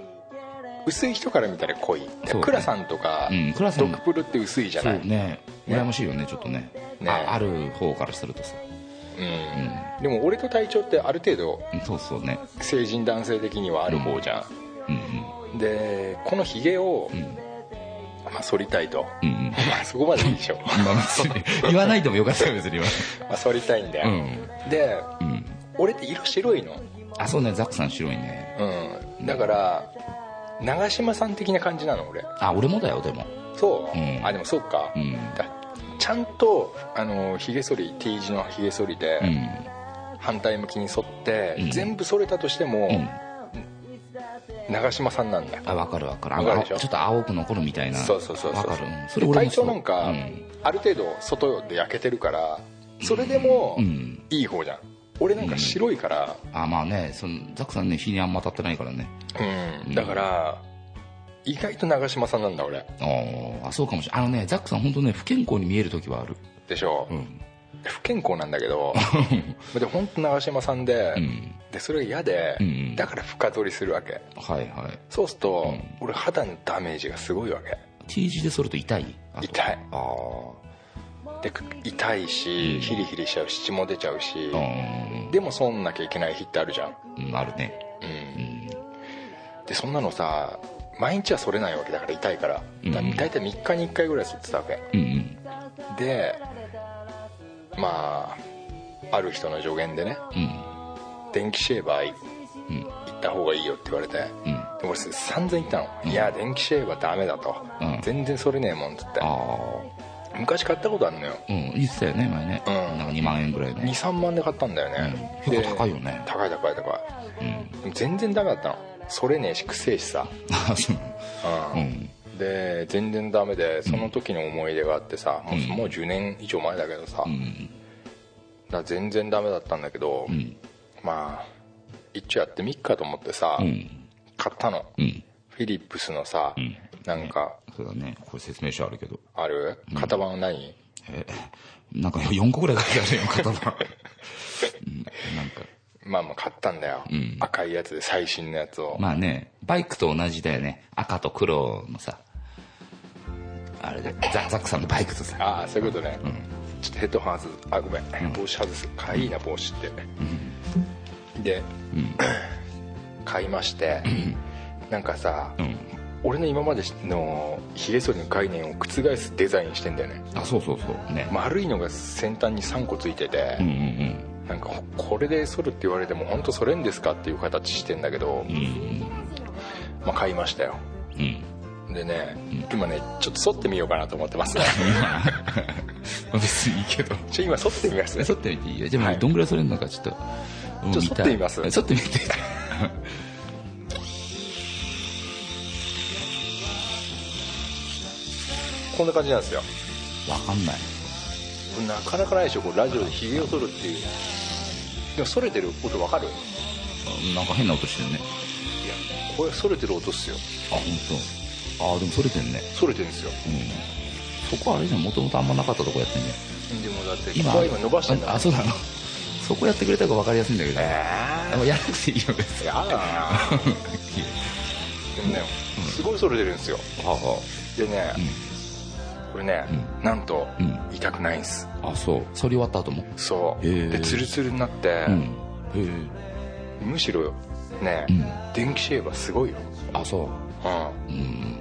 Speaker 4: 薄い人から見たら濃い
Speaker 3: そうね
Speaker 4: クラさんとか、
Speaker 3: うん倉さ
Speaker 4: ド
Speaker 3: ん
Speaker 4: クプルって薄いじゃ
Speaker 3: そ
Speaker 4: な
Speaker 3: う
Speaker 4: い
Speaker 3: ね羨ましいよねちょっとね
Speaker 4: ね
Speaker 3: あある方からするとさ
Speaker 4: うんでも俺と隊長ってある程度
Speaker 3: うんそうそうね
Speaker 4: 成人男性的にはある方じゃん、
Speaker 3: うん
Speaker 4: でこのヒゲを、
Speaker 3: うん
Speaker 4: まあ、剃りたいと、
Speaker 3: うん うんうん
Speaker 4: まあそこまでいいでしょ
Speaker 3: まあ別に言わないでもよかったよ別には
Speaker 4: まあ剃りたいんだ
Speaker 3: う
Speaker 4: よ、
Speaker 3: ん
Speaker 4: で
Speaker 3: うん
Speaker 4: 俺って色白いの、
Speaker 3: あそうねザックさん白いね
Speaker 4: うん、だから長嶋さん的な感じなの俺
Speaker 3: あ俺もだよでも
Speaker 4: そう、
Speaker 3: うん
Speaker 4: あでもそうか、
Speaker 3: うん
Speaker 4: だちゃんとあのひげ剃り T 字のひげ剃りで、
Speaker 3: うん
Speaker 4: 反対向きに剃って、
Speaker 3: うん
Speaker 4: 全部剃れたとしても、
Speaker 3: うん
Speaker 4: 長嶋さんなんだ
Speaker 3: あ分かる分かるあ
Speaker 4: わかるでしょ
Speaker 3: ちょっと青く残るみたいな
Speaker 4: そうそうそうそう
Speaker 3: 分かるうんそれ俺
Speaker 4: 体
Speaker 3: もそ
Speaker 4: 調
Speaker 3: う
Speaker 4: なんか、
Speaker 3: うん
Speaker 4: ある程度外で焼けてるからそれでも
Speaker 3: うん
Speaker 4: いい方じゃん俺なんか白いから、
Speaker 3: あまあねそのザックさんね日にあんま当たってないからね
Speaker 4: うん
Speaker 3: うん
Speaker 4: だから意外と長嶋さんなんだ俺
Speaker 3: あーあそうかもしれないあのねザックさん本当ね不健康に見える時はある
Speaker 4: でしょ、
Speaker 3: うん
Speaker 4: 不健康なんだ けどで本当長嶋さんで,、
Speaker 3: うん
Speaker 4: でそれが嫌で、
Speaker 3: うんうん
Speaker 4: だから深剃りするわけ
Speaker 3: はいはい
Speaker 4: そうすると、
Speaker 3: うん
Speaker 4: 俺肌のダメージがすごいわけ
Speaker 3: T 字で剃ると痛いあと
Speaker 4: 痛い
Speaker 3: あ
Speaker 4: でく痛いし、ヒリヒリしちゃうし血も出ちゃうし、
Speaker 3: あうん
Speaker 4: でも損んなきゃいけない日ってあるじゃん、
Speaker 3: うんあるね
Speaker 4: うん、でそんなのさ毎日は剃れないわけだから痛いから
Speaker 3: うん
Speaker 4: だいたい3日に1回ぐらい剃ってたわけ
Speaker 3: うんうん
Speaker 4: でまあある人の助言でね
Speaker 3: うん
Speaker 4: 電気シェーバー
Speaker 3: うん
Speaker 4: 行った方がいいよって言われてで
Speaker 3: うん
Speaker 4: 俺それ散々言ったの、いや電気シェーバーダメだと、
Speaker 3: うん
Speaker 4: 全然剃れねえもんっつって
Speaker 3: ああ
Speaker 4: 昔買ったことあるのよ
Speaker 3: うん言ってたよね前ね、
Speaker 4: うん
Speaker 3: なんか2万円ぐらいの、うん、
Speaker 4: 23万で買ったんだよね、
Speaker 3: 結
Speaker 4: で
Speaker 3: 構高いよね
Speaker 4: 高い高い高
Speaker 3: うん
Speaker 4: いでも全然ダメだったの剃れねえしくせえしさ、
Speaker 3: あそう
Speaker 4: う ん
Speaker 3: うん
Speaker 4: で全然ダメでその時の思い出があってさ、もう
Speaker 3: うん
Speaker 4: もう10年以上前だけど
Speaker 3: う
Speaker 4: さ、だか
Speaker 3: ん
Speaker 4: ら全然ダメだったんだけど、
Speaker 3: うん
Speaker 4: まあ一応やってみっかと思ってさ、
Speaker 3: うん
Speaker 4: 買ったの
Speaker 3: うん
Speaker 4: フィリップスのさ、
Speaker 3: ん
Speaker 4: なんか
Speaker 3: そうだねこれ説明書あるけど
Speaker 4: ある型番は何、
Speaker 3: えなんか4個ぐらい書いてあるよ方がうんなんか
Speaker 4: まあまあ買ったんだよ、
Speaker 3: ん
Speaker 4: 赤いやつで最新のやつを、
Speaker 3: まあねバイクと同じだよね赤と黒のさあれでザザックさんのバイクとさ
Speaker 4: ああそういうことね、ちょっとヘッドホン外すあごめん、帽子外すかいいな帽子って、 で、買いまして、なんかさ、
Speaker 3: うん
Speaker 4: 俺の今までのひげ剃りの概念を覆すデザインしてんだよね
Speaker 3: あそうそうそうね、
Speaker 4: 丸いのが先端に3個ついてて
Speaker 3: うん、うん
Speaker 4: なんかこれで剃るって言われても本当それんですかっていう形してんだけど
Speaker 3: うんう、ん
Speaker 4: まあ、買いましたよ
Speaker 3: うんうん
Speaker 4: でね、今ねちょっと剃ってみようかなと思って ますね
Speaker 3: まあ 別にいいけど
Speaker 4: ちょ今剃ってみますね
Speaker 3: 剃ってみていいよじゃあ、
Speaker 4: はい
Speaker 3: どんぐらい剃れるのかちょっとうん
Speaker 4: ちょっと
Speaker 3: 見たい
Speaker 4: 剃ってみます
Speaker 3: 剃ってみて
Speaker 4: こんな感じなんですよ
Speaker 3: わかんない
Speaker 4: なかなかないでしょこうラジオでひげを剃るっていうでも剃れてる音わかるい
Speaker 3: あなんか変な音してるね
Speaker 4: やこれ剃れてる音っすよ
Speaker 3: あ本当。あでも剃れてんね
Speaker 4: 剃れてるんですよ
Speaker 3: うんそこあれじゃんもともとあんまなかったとこやってんね
Speaker 4: でもだってここは今伸ばしてんだもん
Speaker 3: ああそうなのそこやってくれた方が分かりやすいんだけど、
Speaker 4: え
Speaker 3: でもやらなくていいよ別
Speaker 4: ー
Speaker 3: に
Speaker 4: やだなでもねすごい剃れてるんですよ
Speaker 3: はは
Speaker 4: でね、これね、なんと、
Speaker 3: うん
Speaker 4: 痛くないんです
Speaker 3: あそう剃り終わった後も
Speaker 4: そう
Speaker 3: へえ
Speaker 4: でツルツルになって
Speaker 3: う、んへえ
Speaker 4: むしろね、
Speaker 3: うん
Speaker 4: 電気シェーバーすごいよ、
Speaker 3: あそうう
Speaker 4: う
Speaker 3: ん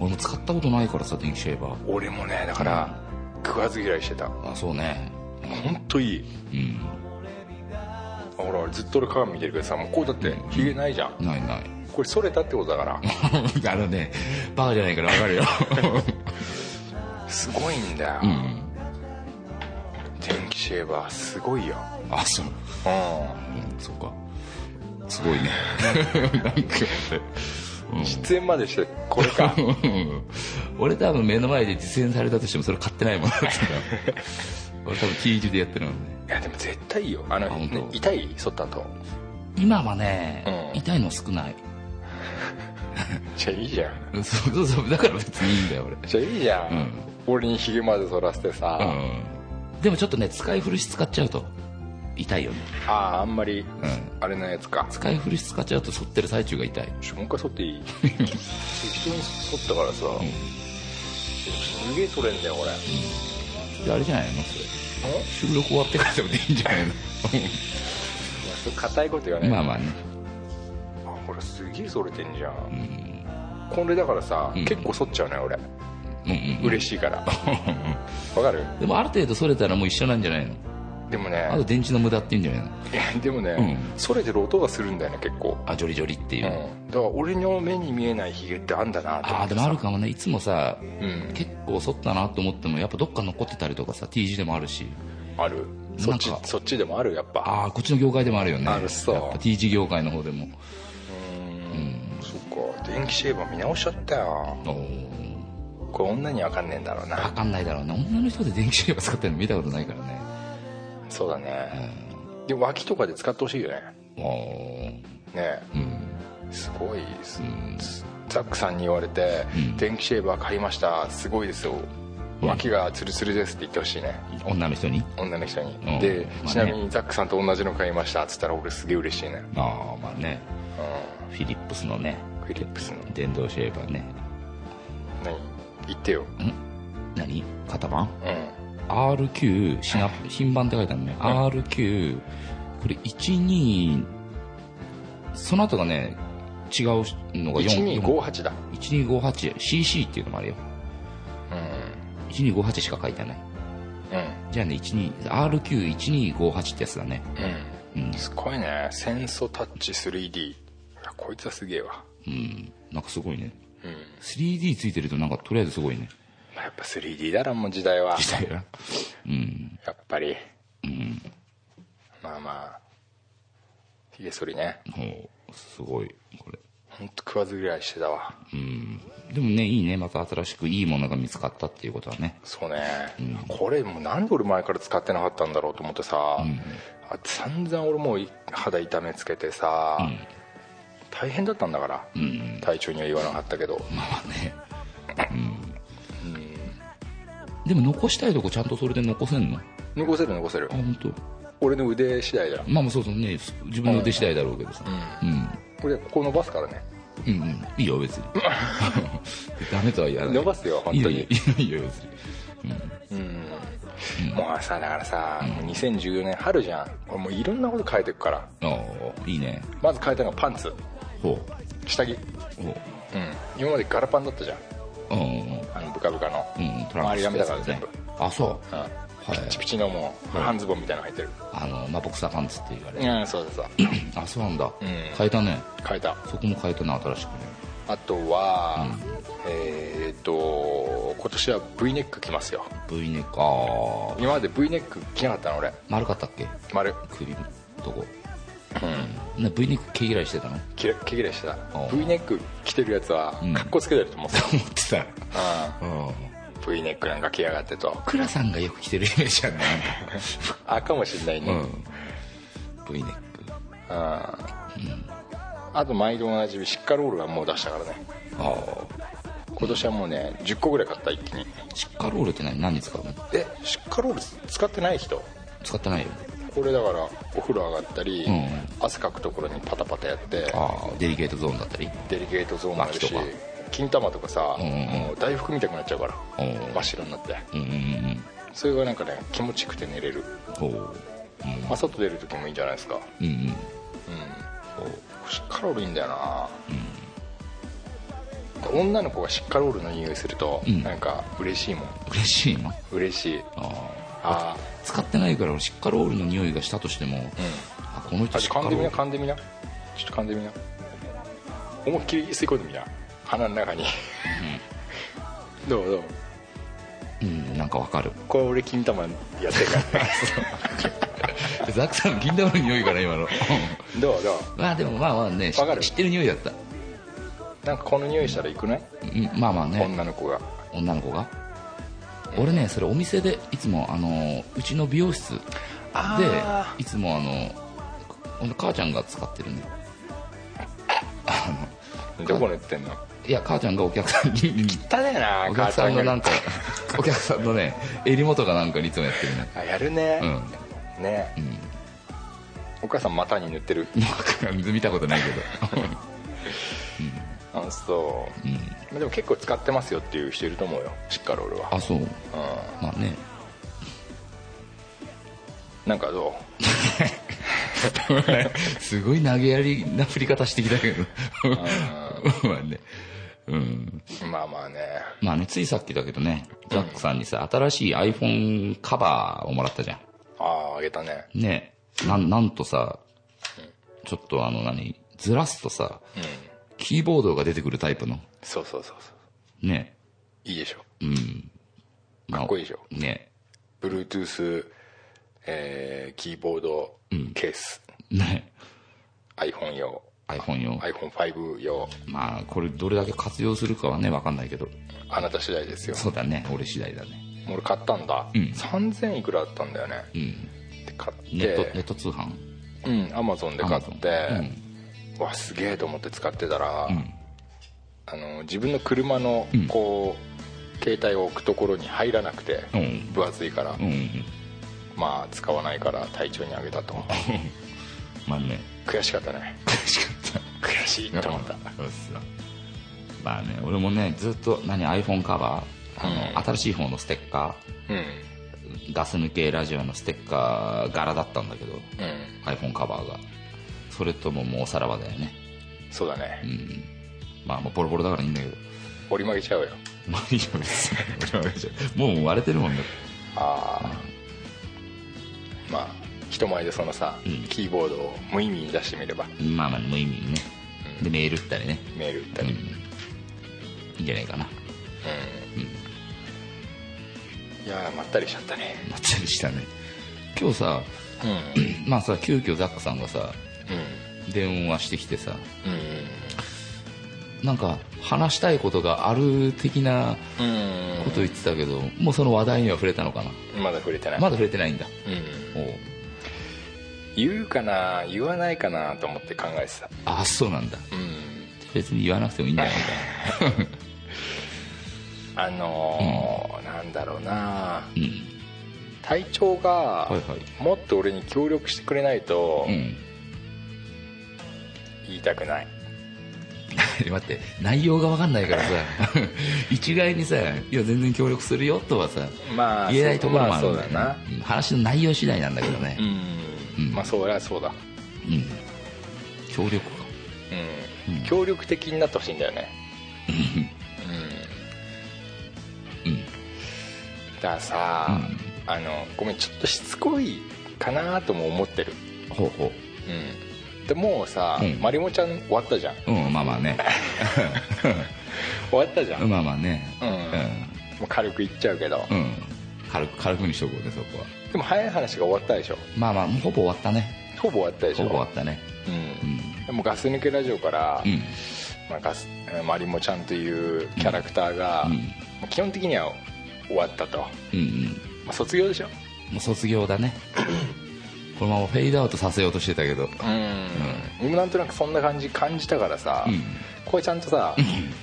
Speaker 3: 俺も使ったことないからさ電気シェーバ
Speaker 4: ん、俺もねだから、食わず嫌いしてた
Speaker 3: ーあそうね
Speaker 4: ほんといい
Speaker 3: うん
Speaker 4: ほらずっと俺鏡見てるけどさもうこうだってヒゲないじゃん
Speaker 3: ないない
Speaker 4: これそれたってことだから
Speaker 3: あのねバカじゃないから分かる よ
Speaker 4: すごいんだよ、
Speaker 3: うん
Speaker 4: 電気シェーバーすごいよ
Speaker 3: あそう
Speaker 4: う
Speaker 3: うんそうかすごいね なんかうん
Speaker 4: ん出演までしてこれ か
Speaker 3: うん俺多分目の前で実演されたとしてもそれ買ってない もんだから俺多分 T 字でやってるもんね
Speaker 4: いやでも絶対いいよあの、
Speaker 3: あ本当
Speaker 4: ね痛い剃った後
Speaker 3: 今はね、
Speaker 4: うん
Speaker 3: 痛いの少ない
Speaker 4: じゃあいいじゃん
Speaker 3: そうそうそうだから別にいいんだよ俺
Speaker 4: じゃあいいじゃん、
Speaker 3: うん
Speaker 4: 俺にヒゲまで剃らせてさ、あ
Speaker 3: うんでもちょっとね使い古し使っちゃうと痛いよね
Speaker 4: ああんまり、
Speaker 3: ん
Speaker 4: あれのやつか
Speaker 3: 使い古し使っちゃうと剃ってる最中が痛い
Speaker 4: ちょもう一回剃っていい適当に剃ったからさ、すげえ剃れんだよこれ、
Speaker 3: であれじゃないのそれ収録終わってからでもいいんじゃないの
Speaker 4: 硬いこと言わ
Speaker 3: う
Speaker 4: ない、
Speaker 3: んまあまあね
Speaker 4: あこれすげえそれてんじゃん、これだからさ、
Speaker 3: ん
Speaker 4: 結構剃っちゃうね俺
Speaker 3: うんうんうん
Speaker 4: 嬉しいから わかる
Speaker 3: でもある程度それたらもう一緒なんじゃないの
Speaker 4: でも
Speaker 3: あと
Speaker 4: ね
Speaker 3: 電池の無駄っていうんじゃないの
Speaker 4: いやでもね、
Speaker 3: う
Speaker 4: それてる音がするんだよね結構、
Speaker 3: あジョリジョリっていうう、
Speaker 4: ん、だから俺の目に見えないヒゲってあんだなと思
Speaker 3: あ
Speaker 4: っ
Speaker 3: ーで
Speaker 4: てさ
Speaker 3: もあるかもねいつもさ、
Speaker 4: うん
Speaker 3: 結構剃ったなと思ってもやっぱどっか残ってたりとかさ T 字でもあるし
Speaker 4: あるそっち
Speaker 3: なんか
Speaker 4: そっちでもあるやっぱ
Speaker 3: ああこっちの業界でもあるよね
Speaker 4: あるそう
Speaker 3: やっぱ T 字業界の方でも
Speaker 4: そっか電気シェーバー見直しちゃったよ
Speaker 3: おー
Speaker 4: これ女にはわかんねえんだろう
Speaker 3: わ
Speaker 4: な
Speaker 3: かんないだろうね女の人で電気シェーバー使ってるの見たことないからね
Speaker 4: そうだね、で脇とかで使ってほしいよね
Speaker 3: おー
Speaker 4: ね
Speaker 3: うん
Speaker 4: すごいです、ザックさんに言われて、電気シェーバー買いましたすごいですよ脇がツルツルですって言ってほしいね
Speaker 3: 女の人に
Speaker 4: 女の人に、
Speaker 3: うん
Speaker 4: で、
Speaker 3: まあね
Speaker 4: ちなみにザックさんと同じの買いましたっつったら俺すげえ嬉しいね、
Speaker 3: ああまあね
Speaker 4: う
Speaker 3: フィリップスのね
Speaker 4: ん、フィリップスの
Speaker 3: 電動シェーバーね
Speaker 4: 何言ってよ
Speaker 3: 何型番
Speaker 4: うん
Speaker 3: RQ シナプ品番って書いてあるね RQ これ12その後がね違うのが4
Speaker 4: 1258だ
Speaker 3: 1258cc っていうのもあるよ
Speaker 4: うん
Speaker 3: 1258しか書いてない
Speaker 4: うん
Speaker 3: じゃあね 12RQ1258 ってやつだね
Speaker 4: うん、すごいねセンソタッチ 3D いやこいつはすげえわ
Speaker 3: うんなんかすごいね
Speaker 4: うん
Speaker 3: 3D ついてるとなんかとりあえずすごいね
Speaker 4: まあやっぱ 3D だなもう時代は
Speaker 3: みたいなうん
Speaker 4: やっぱりうんまあまあひげ剃りね
Speaker 3: もうすごいこれ
Speaker 4: 本当食わず嫌いしてたわ
Speaker 3: うんでもねいいねまた新しくいいものが見つかったっていうことはね
Speaker 4: そうね、これもうなんで俺前から使ってなかったんだろうと思ってさ、あ散々俺もう肌痛めつけてさ、大変だったんだから、体調には言わなかったけど、
Speaker 3: まあねうんでも残したいとこちゃんとそれで残せんのあ
Speaker 4: 残せる残せる
Speaker 3: 本当。
Speaker 4: 俺の腕次第だよ
Speaker 3: まあまあそうそうねす自分の腕次第だろうけどさうん
Speaker 4: 俺ここ伸ばすからね
Speaker 3: うんうんいいよ別にダメとは言わない
Speaker 4: 伸ばすよ本
Speaker 3: い
Speaker 4: 当に
Speaker 3: いよいいよいいよ別に
Speaker 4: もうさだからさ、もう2014年春じゃん俺もういろんなこと変えてくから
Speaker 3: ああいいね
Speaker 4: まず変えたのがパンツ
Speaker 3: ほ
Speaker 4: 下着
Speaker 3: うほう
Speaker 4: うん、今までガラパンだったじゃん
Speaker 3: うんうん
Speaker 4: あのブカブカの、
Speaker 3: うんトラン
Speaker 4: 周
Speaker 3: ク
Speaker 4: り
Speaker 3: スです
Speaker 4: が見たから全部、
Speaker 3: あそううんはい
Speaker 4: ピチピチのもう半ズボンみたいなの履いてる、
Speaker 3: あの、まあ、ボクサーパンツって言われる、
Speaker 4: うんそう そうそう
Speaker 3: あそうなんだ、
Speaker 4: うん
Speaker 3: 変えたね
Speaker 4: 変えた
Speaker 3: そこも変えたね新しくね
Speaker 4: あとは、えーっと今年は V ネック着ますよ
Speaker 3: V ネックああ
Speaker 4: 今まで V ネック着なかったの俺
Speaker 3: 丸かったっけ
Speaker 4: 丸
Speaker 3: 首のとこ、
Speaker 4: うん
Speaker 3: ね、V ネック毛嫌いしてたの
Speaker 4: きれ毛嫌いしてた
Speaker 3: お
Speaker 4: V ネック着てるやつは
Speaker 3: うん
Speaker 4: かっこつけてると思って
Speaker 3: 思ってた
Speaker 4: た、
Speaker 3: うん
Speaker 4: うん V ネックなんか着やがってと
Speaker 3: 倉さんがよく着てるイメージあるね
Speaker 4: あかもしれないね、
Speaker 3: うん V ネック
Speaker 4: ああと毎度おなじみシッカロールはもう出したからね
Speaker 3: あ
Speaker 4: 今年はもうね10個ぐらい買った一気に
Speaker 3: あシッカロールって何何に使うの
Speaker 4: えシッカロール使ってない人
Speaker 3: 使ってないよ
Speaker 4: これだからお風呂上がったり、
Speaker 3: うん
Speaker 4: 汗かくところにパタパタやって
Speaker 3: ああデリケートゾーンだったり
Speaker 4: デリケートゾーンもある
Speaker 3: 脇
Speaker 4: し
Speaker 3: とか
Speaker 4: 金玉とかさ、
Speaker 3: うんうんうん
Speaker 4: もう大福みたくなっちゃうから
Speaker 3: うん
Speaker 4: 真っ白になって
Speaker 3: うんうんうん
Speaker 4: それがなんかね気持ちよくて寝れる、
Speaker 3: ほう
Speaker 4: まあ、外出る時もいいんじゃないですか
Speaker 3: うんうん
Speaker 4: うんシッカロールいいんだよな、女の子がシッカロールの匂いすると、
Speaker 3: うん
Speaker 4: なんか嬉しいもん
Speaker 3: 嬉しいな
Speaker 4: 嬉しい
Speaker 3: ああ
Speaker 4: あ
Speaker 3: 使ってないから俺シッカロールの匂いがしたとしても、あこの
Speaker 4: あ
Speaker 3: 人シッカ
Speaker 4: 噛
Speaker 3: ロ
Speaker 4: んでみな
Speaker 3: ー
Speaker 4: 噛
Speaker 3: ル
Speaker 4: んでみなちょっと噛んでみな思いっきり吸い込んでみな鼻の中にどうどう
Speaker 3: うんなんかわかる
Speaker 4: これ俺金玉やってるから ね
Speaker 3: ザクさん銀玉の匂いかな今の
Speaker 4: どうど
Speaker 3: まあでもまあまあね知
Speaker 4: わかる
Speaker 3: 知ってる匂いだった、
Speaker 4: うなんかこの匂いしたら行くね
Speaker 3: うん、まあまあね
Speaker 4: 女の子が
Speaker 3: 女の子が俺ねそれお店でいつもあのうちの美容室で
Speaker 4: あ
Speaker 3: いつもあのこの母ちゃんが使ってるね
Speaker 4: どこ塗ってんの
Speaker 3: いや母ちゃんがお客さんに
Speaker 4: 汚ねえな
Speaker 3: お
Speaker 4: 母
Speaker 3: 客
Speaker 4: さ
Speaker 3: さ
Speaker 4: ん
Speaker 3: ん
Speaker 4: が
Speaker 3: のなんか お客さんのね襟元がなんかにいつもやってるね
Speaker 4: あやるね
Speaker 3: うん、
Speaker 4: ねえ
Speaker 3: うん
Speaker 4: お母さん股に塗ってる
Speaker 3: なんか見たことないけど
Speaker 4: あそう
Speaker 3: うん
Speaker 4: まあでも結構使ってますよっていう人いると思うよシッカロールは
Speaker 3: あそう
Speaker 4: う
Speaker 3: まあね
Speaker 4: んなんかど
Speaker 3: すごい投げやりな振り方してきたけど
Speaker 4: う、う
Speaker 3: まあねうん
Speaker 4: ん、まあまあね
Speaker 3: まあねついさっきだけどねザックさんにさ新しい iPhone カバーをもらったじゃ
Speaker 4: あああげたね
Speaker 3: んねなんなんとさちょっとあの何ずらすとさ
Speaker 4: うん
Speaker 3: キーボードが出てくるタイプの
Speaker 4: そうそうそうそう
Speaker 3: ね
Speaker 4: いいでしょ
Speaker 3: うんまあ
Speaker 4: かっこいいでしょ
Speaker 3: ね
Speaker 4: Bluetooth、えーキーボード、ケース
Speaker 3: ね
Speaker 4: iPhone 用
Speaker 3: iPhone 用
Speaker 4: iPhone5 用
Speaker 3: まあこれどれだけ活用するかはね分かんないけど
Speaker 4: あなた次第ですよ
Speaker 3: そうだね俺次第だね
Speaker 4: もう俺買ったんだ、
Speaker 3: ん
Speaker 4: 3000いくらあったんだよね、
Speaker 3: うん
Speaker 4: で買って
Speaker 3: ネットネット通販
Speaker 4: うんアマゾンで買って、
Speaker 3: Amazon
Speaker 4: わすげえと思って使ってたら、
Speaker 3: うん
Speaker 4: あの自分の車の
Speaker 3: うん
Speaker 4: こう、携帯を置くところに入らなくて、
Speaker 3: うん
Speaker 4: 分厚いから、
Speaker 3: うん
Speaker 4: まあ使わないから体調にあげたと
Speaker 3: まあね
Speaker 4: 悔しかったね
Speaker 3: 悔しかっ
Speaker 4: 悔しい
Speaker 3: た
Speaker 4: と思った
Speaker 3: そうっすよまあね俺もねずっと何 iPhone カバーあの、
Speaker 4: うん
Speaker 3: 新しい方のステッカ
Speaker 4: うん
Speaker 3: ーガス抜けラジオのステッカー柄だったんだけど
Speaker 4: うん
Speaker 3: iPhone カバーがそれとももうおさらばだよね
Speaker 4: そうだね、
Speaker 3: うんまあもうボロボロだからいいんだけど
Speaker 4: 折り曲げちゃうよ
Speaker 3: まあいいよ別にもう割れてるもんだ
Speaker 4: ああまあ人前でそのさ、
Speaker 3: うん
Speaker 4: キーボードを無意味に出してみれば
Speaker 3: まあまあ無意味にねでメール打ったりね
Speaker 4: メール打った
Speaker 3: うんい
Speaker 4: り、
Speaker 3: いんじゃないかな
Speaker 4: いやーまったりしちゃったね
Speaker 3: まったりしたね今日さ
Speaker 4: うん
Speaker 3: まあさ急遽ザックさんがさ
Speaker 4: う
Speaker 3: 電話してきてさ
Speaker 4: ん
Speaker 3: なんか話したいことがある的な
Speaker 4: うん
Speaker 3: こと言ってたけど、もうその話題には触れたのかな
Speaker 4: うんまだ触れてない、
Speaker 3: まだ触れてないんだ
Speaker 4: うん、
Speaker 3: おう
Speaker 4: 言うかな言わないかなと思って考えてた
Speaker 3: あそうなんだ
Speaker 4: うん
Speaker 3: 別に言わなくてもいいんじゃないか
Speaker 4: あのーなんだろうな
Speaker 3: うん
Speaker 4: 体調が
Speaker 3: はいはい
Speaker 4: もっと俺に協力してくれないと
Speaker 3: うん
Speaker 4: 言いたくない、
Speaker 3: 待って内容が分かんないからさ 一概にさ「いや全然協力するよ」とはさ
Speaker 4: まあ
Speaker 3: 言えないところもあるんだよね、
Speaker 4: まあそうだな
Speaker 3: うん話の内容次第なんだけどね
Speaker 4: う、ん、
Speaker 3: うん
Speaker 4: まあそりゃそうだ
Speaker 3: うん協力か
Speaker 4: うん協力的になってほしいんだよねだからさ、あのごめんちょっとしつこいかなとも思ってる
Speaker 3: ほうほ
Speaker 4: うんでもうさ、
Speaker 3: うん
Speaker 4: マリモちゃん終わったじゃん
Speaker 3: ううんまあまあね
Speaker 4: 終わったじゃん、も
Speaker 3: まあまあね
Speaker 4: うう軽く言っちゃうけど、
Speaker 3: うん、うん、軽く軽くにしとこうねそこは
Speaker 4: でも早い話が終わったでしょ
Speaker 3: まあまあもうほぼ終わったね
Speaker 4: ほぼ終わったでし
Speaker 3: ほ
Speaker 4: ょ
Speaker 3: ぼ終わったね
Speaker 4: う
Speaker 3: うんん
Speaker 4: でもガス抜けラジオから、
Speaker 3: うん
Speaker 4: まあ、ガスえーマリモちゃんというキャラクターが、
Speaker 3: うん
Speaker 4: もう基本的には終わったと、ま
Speaker 3: うんうん
Speaker 4: あ、卒業でしょ
Speaker 3: もう卒業 だねこのままフェイドアウトさせようとしてたけど
Speaker 4: うん、でもなんとなくそんな感じ感じたからさ、
Speaker 3: うん
Speaker 4: これちゃんとさ、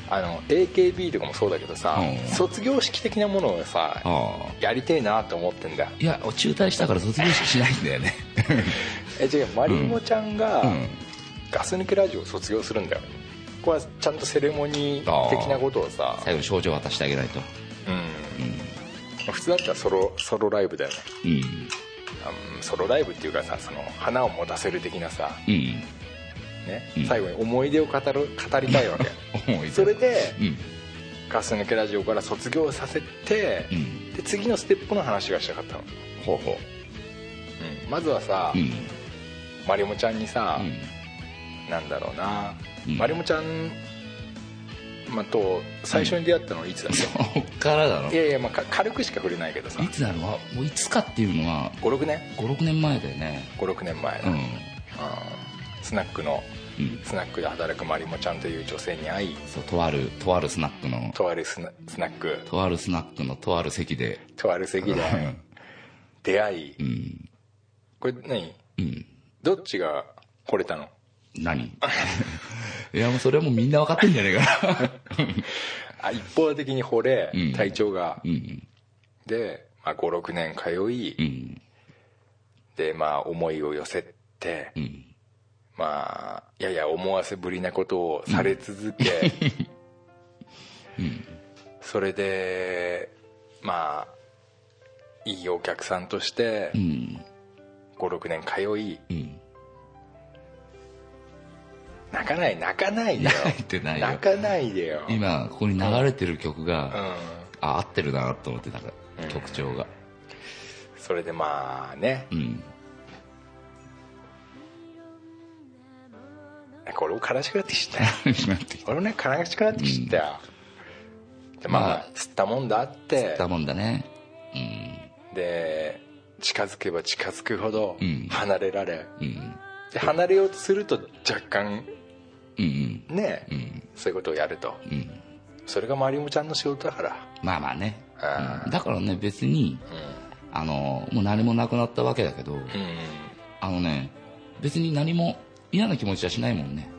Speaker 4: あの AKB とかもそうだけどさ、
Speaker 3: うん
Speaker 4: 卒業式的なものをさ
Speaker 3: ああ
Speaker 4: やりてえなと思ってんだ
Speaker 3: いや中退したから卒業式しないんだよ ね
Speaker 4: え違うマリモちゃんが
Speaker 3: うん
Speaker 4: ガス抜けラジオを卒業するんだよこれはちゃんとセレモニー的なことをさ、
Speaker 3: 最後に賞状渡してあげないと
Speaker 4: うん、普通だったらソロソロライブだよね
Speaker 3: うん
Speaker 4: あのソロライブっていうかさその花を持たせる的なさ、
Speaker 3: うん
Speaker 4: ね
Speaker 3: うん
Speaker 4: 最後に思い出を語る語りたいわけ
Speaker 3: 思い出
Speaker 4: それで
Speaker 3: うん
Speaker 4: ガス抜けラジオから卒業させて、
Speaker 3: うん
Speaker 4: で次のステップの話がしたかったの、
Speaker 3: ほうほ
Speaker 4: うんまずはさ、
Speaker 3: ううん
Speaker 4: マリモちゃんにさ、
Speaker 3: うん
Speaker 4: なんだろうな、
Speaker 3: うん
Speaker 4: マリモちゃん、まあ、と最初に出会ったのはいつだっけ、
Speaker 3: そっからだろ
Speaker 4: い
Speaker 3: い
Speaker 4: やいや、まあ、か軽くしか触れないけどさ
Speaker 3: つだろうもういつかっていうのは
Speaker 4: 56年
Speaker 3: 56年前だよね
Speaker 4: 56年前
Speaker 3: う
Speaker 4: の、
Speaker 3: ん
Speaker 4: うんスナックの
Speaker 3: うん
Speaker 4: スナックで働くマリモちゃんという女性に会い
Speaker 3: そうとあるとあるスナックの
Speaker 4: とあるスナスナック
Speaker 3: とあるスナックのとある席で
Speaker 4: とある席で出会い
Speaker 3: うん
Speaker 4: これ何
Speaker 3: うん
Speaker 4: どっちが惚れたの
Speaker 3: 何 いやもうそれはもうみんな分かってんじゃねえかな
Speaker 4: あ一方的に惚れ
Speaker 3: うん
Speaker 4: 体調が、
Speaker 3: うん
Speaker 4: で、まあ、56年通い、
Speaker 3: うん
Speaker 4: でまあ思いを寄せて、
Speaker 3: うん
Speaker 4: まあやや思わせぶりなことをされ続け、 それでまあいいお客さんとして
Speaker 3: うん
Speaker 4: 56年通い
Speaker 3: うん
Speaker 4: 泣かない泣かないでよ
Speaker 3: 泣いてないよ
Speaker 4: 泣かないでよ
Speaker 3: 今ここに流れてる曲
Speaker 4: う
Speaker 3: が、
Speaker 4: ん
Speaker 3: あ合ってるなと思ってたから曲調が
Speaker 4: それでまあね
Speaker 3: うん
Speaker 4: なんか俺も悲しくなってきちゃ ったよ
Speaker 3: なってき
Speaker 4: 俺もね悲しくなってきちゃったよ、で
Speaker 3: ま
Speaker 4: ま
Speaker 3: あ
Speaker 4: あ吸ったもんだって
Speaker 3: たもんだねうん
Speaker 4: で近づけば近づくほど
Speaker 3: うん
Speaker 4: 離れられ、
Speaker 3: うん
Speaker 4: で離れようとすると若干
Speaker 3: うん
Speaker 4: ね、
Speaker 3: うんうん
Speaker 4: そういうことをやると
Speaker 3: うん
Speaker 4: それがまりもちゃんの仕事だから
Speaker 3: まあまあね
Speaker 4: あー
Speaker 3: うんだからね別にあのもう何もなくなったわけだけど
Speaker 4: うん
Speaker 3: あのね別に何も嫌な気持ちはしないもんね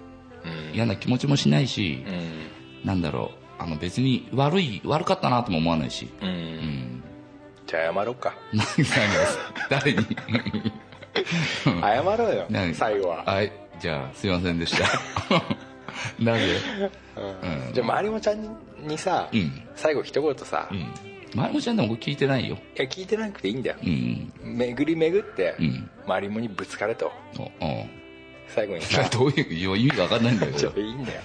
Speaker 4: うん
Speaker 3: 嫌な気持ちもしないし
Speaker 4: う、ん
Speaker 3: なんだろうあの別に悪い悪かったなとも思わないし
Speaker 4: うん、
Speaker 3: うん
Speaker 4: じゃあ謝ろうか
Speaker 3: 何何 誰に
Speaker 4: 謝 ろうよ
Speaker 3: 何
Speaker 4: 最後は、
Speaker 3: はいじゃあすいませんでした なぜ
Speaker 4: うんじゃあまりもちゃんにさ、
Speaker 3: うん
Speaker 4: 最後一言さ、
Speaker 3: う
Speaker 4: い
Speaker 3: ん前もちゃんでも僕聞いてないよ
Speaker 4: や聞いてなくていいんだよ、
Speaker 3: うん
Speaker 4: 巡り巡って、
Speaker 3: うん
Speaker 4: マリモにぶつかれと
Speaker 3: おお
Speaker 4: 最後 にさ
Speaker 3: どういう意味が分かんないんだよ
Speaker 4: ちょいいんだよ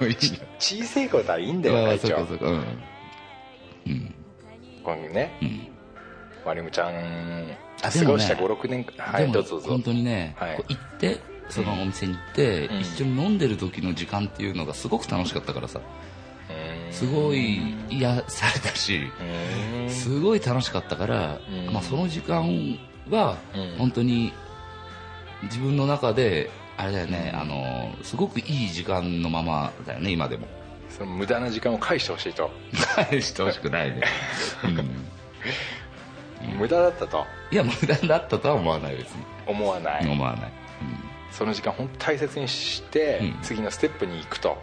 Speaker 3: 俺
Speaker 4: 小さいことはいいんだ
Speaker 3: まあ
Speaker 4: よ
Speaker 3: まあそ
Speaker 4: 隊
Speaker 3: う
Speaker 4: 長
Speaker 3: かそうかうん
Speaker 4: このね
Speaker 3: うん
Speaker 4: マリモちゃん
Speaker 3: あでもね
Speaker 4: 過ごした56年間は
Speaker 3: で
Speaker 4: い
Speaker 3: も
Speaker 4: どうぞどうぞ
Speaker 3: 本当にね、
Speaker 4: はい
Speaker 3: こう行ってそのお店に行って、
Speaker 4: うん
Speaker 3: 一緒に飲んでる時の時間っていうのがすごく楽しかったからさ
Speaker 4: うーん
Speaker 3: すごい癒されたし
Speaker 4: うーん
Speaker 3: すごい楽しかったから、
Speaker 4: うん
Speaker 3: まあ、その時間は
Speaker 4: うん
Speaker 3: 本当に自分の中であれだよねあのすごくいい時間のままだよね今でも
Speaker 4: その無駄な時間を返してほしいと、
Speaker 3: 返してほしくないね、 うん
Speaker 4: 無駄だったと
Speaker 3: いや無駄だったとは思わない別に、
Speaker 4: 思わない、
Speaker 3: 思わない、
Speaker 4: その時間本当大切にして、
Speaker 3: うん
Speaker 4: 次のステップに行くと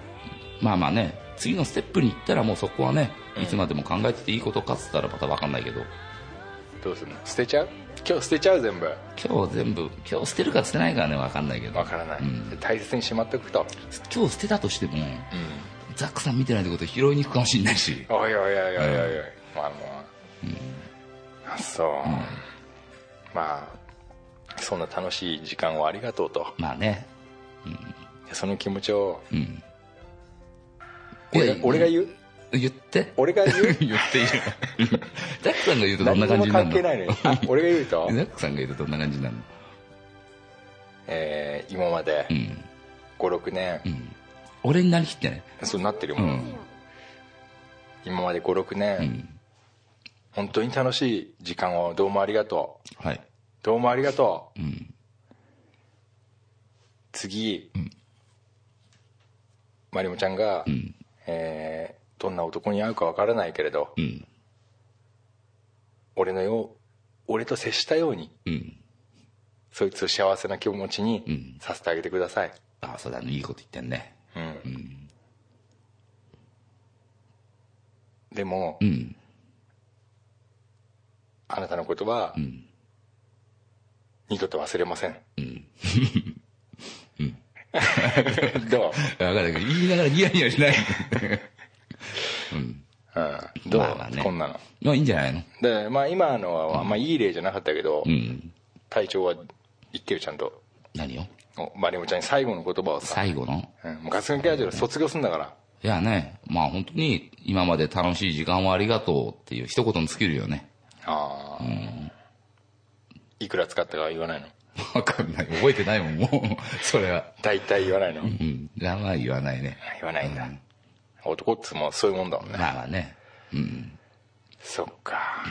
Speaker 3: まあまあね次のステップに行ったらもうそこはね
Speaker 4: うん
Speaker 3: いつまでも考えてていいことかっつったらまた分かんないけど
Speaker 4: どうするの捨てちゃう今日捨てちゃう全部
Speaker 3: 今日全部今日捨てるか捨てないかはね分かんないけど
Speaker 4: わからない、
Speaker 3: うん
Speaker 4: 大切にしまっておくと、
Speaker 3: 今日捨てたとしてもザックさん見てないってこと拾いに行くかもしれない し
Speaker 4: おいおいおいおいおいおい、まあまあ、あそう、まあそんな楽しい時間をありがとうと
Speaker 3: まあね
Speaker 4: その気持ちを
Speaker 3: うん
Speaker 4: 俺が俺が言う
Speaker 3: 言って
Speaker 4: 俺が言う
Speaker 3: 言っていいの ザックさんが言うとどんな
Speaker 4: 何に
Speaker 3: 感
Speaker 4: も
Speaker 3: じになるの
Speaker 4: 関係ないのにあ 俺が言うと
Speaker 3: ザ、ックさんが言うとどんな感じになるの
Speaker 4: えー今まで
Speaker 3: うん
Speaker 4: 56年、
Speaker 3: うん俺になりきってない
Speaker 4: そうなってる
Speaker 3: う
Speaker 4: もん、
Speaker 3: ん
Speaker 4: 今まで56年、
Speaker 3: うん
Speaker 4: 本当に楽しい時間をどうもありがとう
Speaker 3: はい
Speaker 4: どうもありがとう
Speaker 3: うん
Speaker 4: 次、まりもちゃんが、
Speaker 3: ん
Speaker 4: えーどんな男に会うかわからないけれど、
Speaker 3: うん
Speaker 4: 俺のよう俺と接したように
Speaker 3: うん
Speaker 4: そいつを幸せな気持ち
Speaker 3: うん
Speaker 4: にさせてあげてください、
Speaker 3: ああそうだねいいこと言ってんね
Speaker 4: でも、
Speaker 3: うん
Speaker 4: あなたのことは、
Speaker 3: ん
Speaker 4: 二度と忘れません、 ど
Speaker 3: 分かんないけど言いながらニヤニヤ しない
Speaker 4: う、うん、どう、
Speaker 3: まあまあね
Speaker 4: こんなの
Speaker 3: まあいいんじゃないの
Speaker 4: で、まあ、今のは、まあ、いい例じゃなかったけど、
Speaker 3: うん
Speaker 4: 隊長は言ってるちゃんと
Speaker 3: 何よ
Speaker 4: おまりもちゃんに最後の言葉をさ
Speaker 3: 最後の
Speaker 4: うん、もうガス抜けラジオで卒業すんだから
Speaker 3: いやねまあ本当に今まで楽しい時間をありがとうっていう一言に尽きるよね
Speaker 4: ああ、いくら使ったかは言わないの
Speaker 3: 分かんない覚えてないもんもうそれは
Speaker 4: 大体言わないの、
Speaker 3: うんじゃあまあ言わないね
Speaker 4: 言わないんだ、男っつうもんそういうもんだもんね
Speaker 3: まあまあね
Speaker 4: そっか、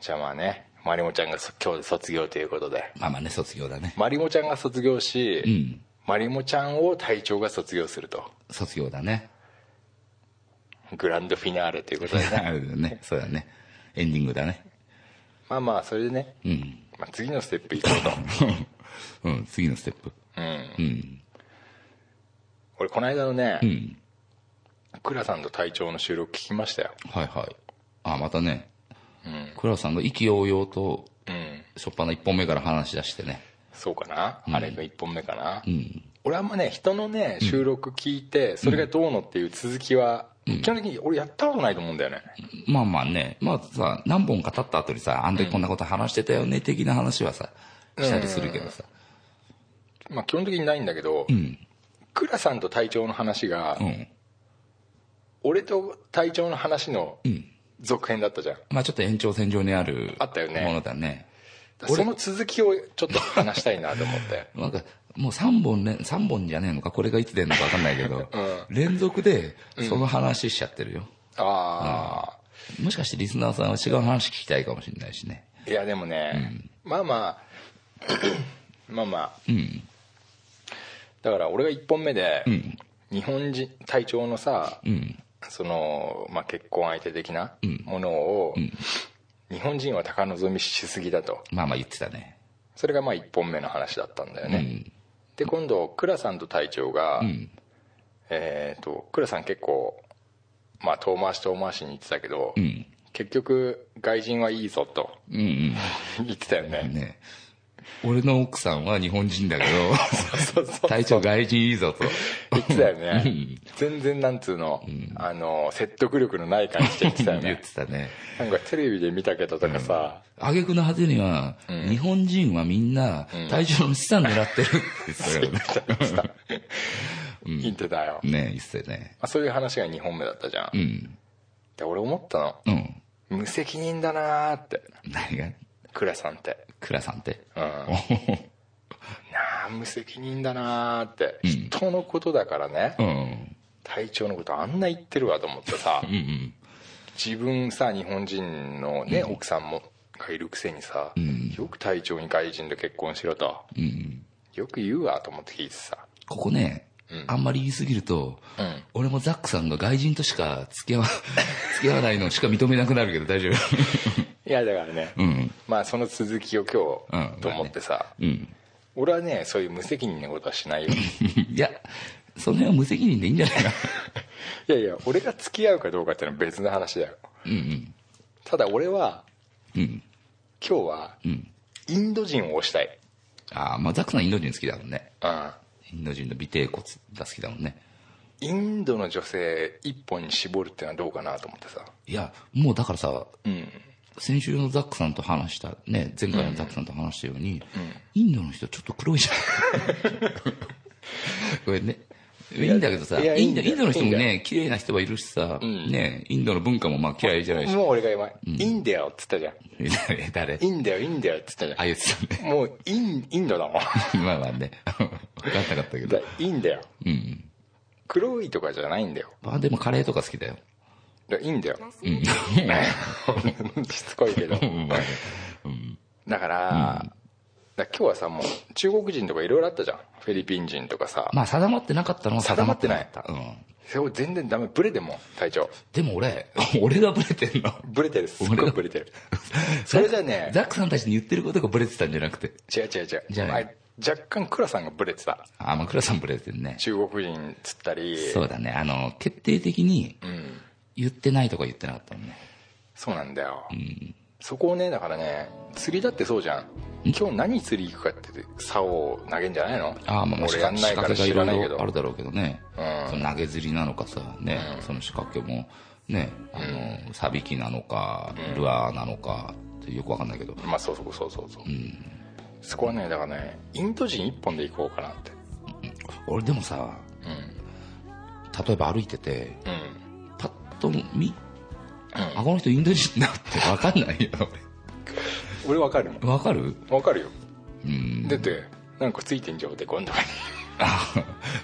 Speaker 4: じゃあまあねまりもちゃんがそ今日で卒業ということで
Speaker 3: まあまあね卒業だね
Speaker 4: まりもちゃんが卒業し、
Speaker 3: うん
Speaker 4: まりもちゃんを隊長が卒業すると
Speaker 3: 卒業だね
Speaker 4: グランドフィナーレということで ね
Speaker 3: なるほど ねそうだねエンディングだね
Speaker 4: まあまあそれでね、
Speaker 3: うん
Speaker 4: まあ、次のステップ行こうと
Speaker 3: うん 次のステップ
Speaker 4: うん
Speaker 3: うん
Speaker 4: 俺この間のね、
Speaker 3: うん
Speaker 4: 倉さんと隊長の収録聞きましたよ
Speaker 3: はいはいあまたね
Speaker 4: うん、
Speaker 3: 倉さんが意気揚々と
Speaker 4: うん、
Speaker 3: 初っ端の1本目から話し出してね
Speaker 4: そうかな、あれが1本目かな、
Speaker 3: うん
Speaker 4: 俺あんまね人のね収録聞いてそれがどうのっていう続きは、基本的に俺やったことないと思うんだよね、
Speaker 3: まあまあねまあさ何本か経った後にさあん時こんなこと話してたよね的な話はさしたりするけどさ
Speaker 4: まあ、基本的にないんだけど、
Speaker 3: うん
Speaker 4: 倉さんと隊長の話が、
Speaker 3: うん
Speaker 4: 俺と隊長の話の
Speaker 3: ん
Speaker 4: 続編だったじゃん、
Speaker 3: まあちょっと延長線上にある
Speaker 4: あったよね
Speaker 3: ものだね
Speaker 4: だからその続きをちょっと話したいなと思って
Speaker 3: なんかもう3本ね三本じゃねえのかこれがいつ出るのか分かんないけ ど、連続でその話しちゃってるよ、
Speaker 4: ああ、
Speaker 3: もしかしてリスナーさんは違う話聞きたいかもしれないしね
Speaker 4: いやでもね、まあまあ まあまあ、だから俺が1本目で、日本人隊長のさ、
Speaker 3: うん
Speaker 4: その、まあ、結婚相手的なものを、日本人は高望みしすぎだと
Speaker 3: まあまあ言ってたね
Speaker 4: それがまあ1本目の話だったんだよね、で今度倉さんと隊長が、えっ、と倉さん結構まあ遠回し遠回しに言ってたけど、
Speaker 3: ん
Speaker 4: 結局外人はいいぞと
Speaker 3: うんうん
Speaker 4: 言ってたよね
Speaker 3: ね俺の奥さんは日本人だけ
Speaker 4: そ うそうそ
Speaker 3: ど
Speaker 4: う
Speaker 3: 体調外人いいぞと
Speaker 4: 言ってたよね全然なんつうの,、あの説得力のない感じで言ってたよ
Speaker 3: 言っ
Speaker 4: ね
Speaker 3: てたね
Speaker 4: なんかテレビで見たけどとかさ、
Speaker 3: 挙句の果てには、日本人はみんな体調の資産狙ってるって言ってたよ ね
Speaker 4: 言ってたよ、ま
Speaker 3: ね言ってたね
Speaker 4: あ、そういう話が2本目だったじゃん、
Speaker 3: うん
Speaker 4: で俺思ったの
Speaker 3: うん
Speaker 4: 無責任だなーって
Speaker 3: 何が
Speaker 4: 倉さんって
Speaker 3: 倉さんって
Speaker 4: うんなあ無責任だなーって、人のことだからね、
Speaker 3: うん
Speaker 4: 隊長のことあんな言ってるわと思ってさ
Speaker 3: うんうん
Speaker 4: 自分さ日本人のね、奥さんもがいるくせにさ、よく隊長に外人と結婚しろと、
Speaker 3: うん
Speaker 4: よく言うわと思って聞いてさ
Speaker 3: ここね、あんまり言いすぎると、
Speaker 4: うん
Speaker 3: 俺もザックさんが外人としか付き合わ 付き合わないのしか認めなくなるけど大丈夫
Speaker 4: いやだからね、
Speaker 3: うん
Speaker 4: まあその続きを今日、
Speaker 3: うん
Speaker 4: と思ってさ、
Speaker 3: うん
Speaker 4: 俺はねそういう無責任なことはしないよ
Speaker 3: いやその辺は無責任でいいんじゃないかな
Speaker 4: いやいや俺が付き合うかどうかっていうのは別の話だよ
Speaker 3: うん
Speaker 4: ただ俺は
Speaker 3: うんうん
Speaker 4: 今日は、
Speaker 3: ん
Speaker 4: インド人を推したい、
Speaker 3: ああまあザックさんインド人好きだもんね
Speaker 4: うん、
Speaker 3: インド人の尾てい骨が好きだもんね
Speaker 4: インドの女性一本に絞るってのはどうかなと思ってさ
Speaker 3: いやもうだからさ
Speaker 4: うん
Speaker 3: 先週のザックさんと話したね前回のザックさんと話したように、インドの人ちょっと黒いじゃんごめんねいいんだけどさ
Speaker 4: いや
Speaker 3: インド
Speaker 4: いい
Speaker 3: イ
Speaker 4: ん
Speaker 3: ン
Speaker 4: だ
Speaker 3: ド
Speaker 4: よ
Speaker 3: の人もね綺麗な人はいるしさ、
Speaker 4: ん
Speaker 3: ね、インドの文化もまあ嫌いじゃないし
Speaker 4: もう俺が今「いいんだよ」っつったじゃん「
Speaker 3: え誰
Speaker 4: いいんだよいいんだよ」っつったじゃ
Speaker 3: あいつ
Speaker 4: ん
Speaker 3: ね
Speaker 4: もうインインドだ もん
Speaker 3: まあまあね分かんなかったけ
Speaker 4: だ
Speaker 3: ど、
Speaker 4: いいんだよ
Speaker 3: うん、
Speaker 4: 黒いとかじゃないんだよ
Speaker 3: まあでもカレーとか好きだよ
Speaker 4: だいいんだよ
Speaker 3: うん
Speaker 4: しつこいけど
Speaker 3: うんまあね
Speaker 4: だから,、だから今日はさもう中国人とかいろいろあったじゃんフィリピン人とかさ、
Speaker 3: まあ定まってなかったのは定まってなかったうん、
Speaker 4: それを全然ダメブレてんもん隊長
Speaker 3: でも俺俺がブレてんの
Speaker 4: ブレてるすっごいブレてるそれじゃね
Speaker 3: ザックさんたちに言ってることがブレてたんじゃなくて
Speaker 4: 違う違う違う
Speaker 3: じゃあね
Speaker 4: あ若干倉さんがブレてた
Speaker 3: あまあ倉さんブレてんね
Speaker 4: 中国人つったり
Speaker 3: そうだねあの決定的に
Speaker 4: うん
Speaker 3: 言ってないとか言ってなかったもんね
Speaker 4: そうなんだよ、そこをねだからね釣りだってそうじゃん今日何釣り行くかって竿を投げんじゃないの
Speaker 3: ああまあまあ
Speaker 4: 俺やんないから知
Speaker 3: 仕
Speaker 4: ら
Speaker 3: 掛
Speaker 4: ない
Speaker 3: けがいろい
Speaker 4: けど
Speaker 3: ろあるだろうけどね、
Speaker 4: うん
Speaker 3: その投げ釣りなのかさね、その仕掛けもねあの、サビキなのかルアーなのかってよくわかんないけど、
Speaker 4: まあそうそうそうそうそう、そこはねだからねインド人一本で行こうかなって
Speaker 3: 俺でもさ
Speaker 4: うん
Speaker 3: 例えば歩いてて
Speaker 4: うん
Speaker 3: パッと見、あこの人インド人だってわかんないよ
Speaker 4: 俺わかるもん
Speaker 3: 俺わかる
Speaker 4: わかるよ
Speaker 3: うん
Speaker 4: だってなんかついてんじゃんで今度は
Speaker 3: あ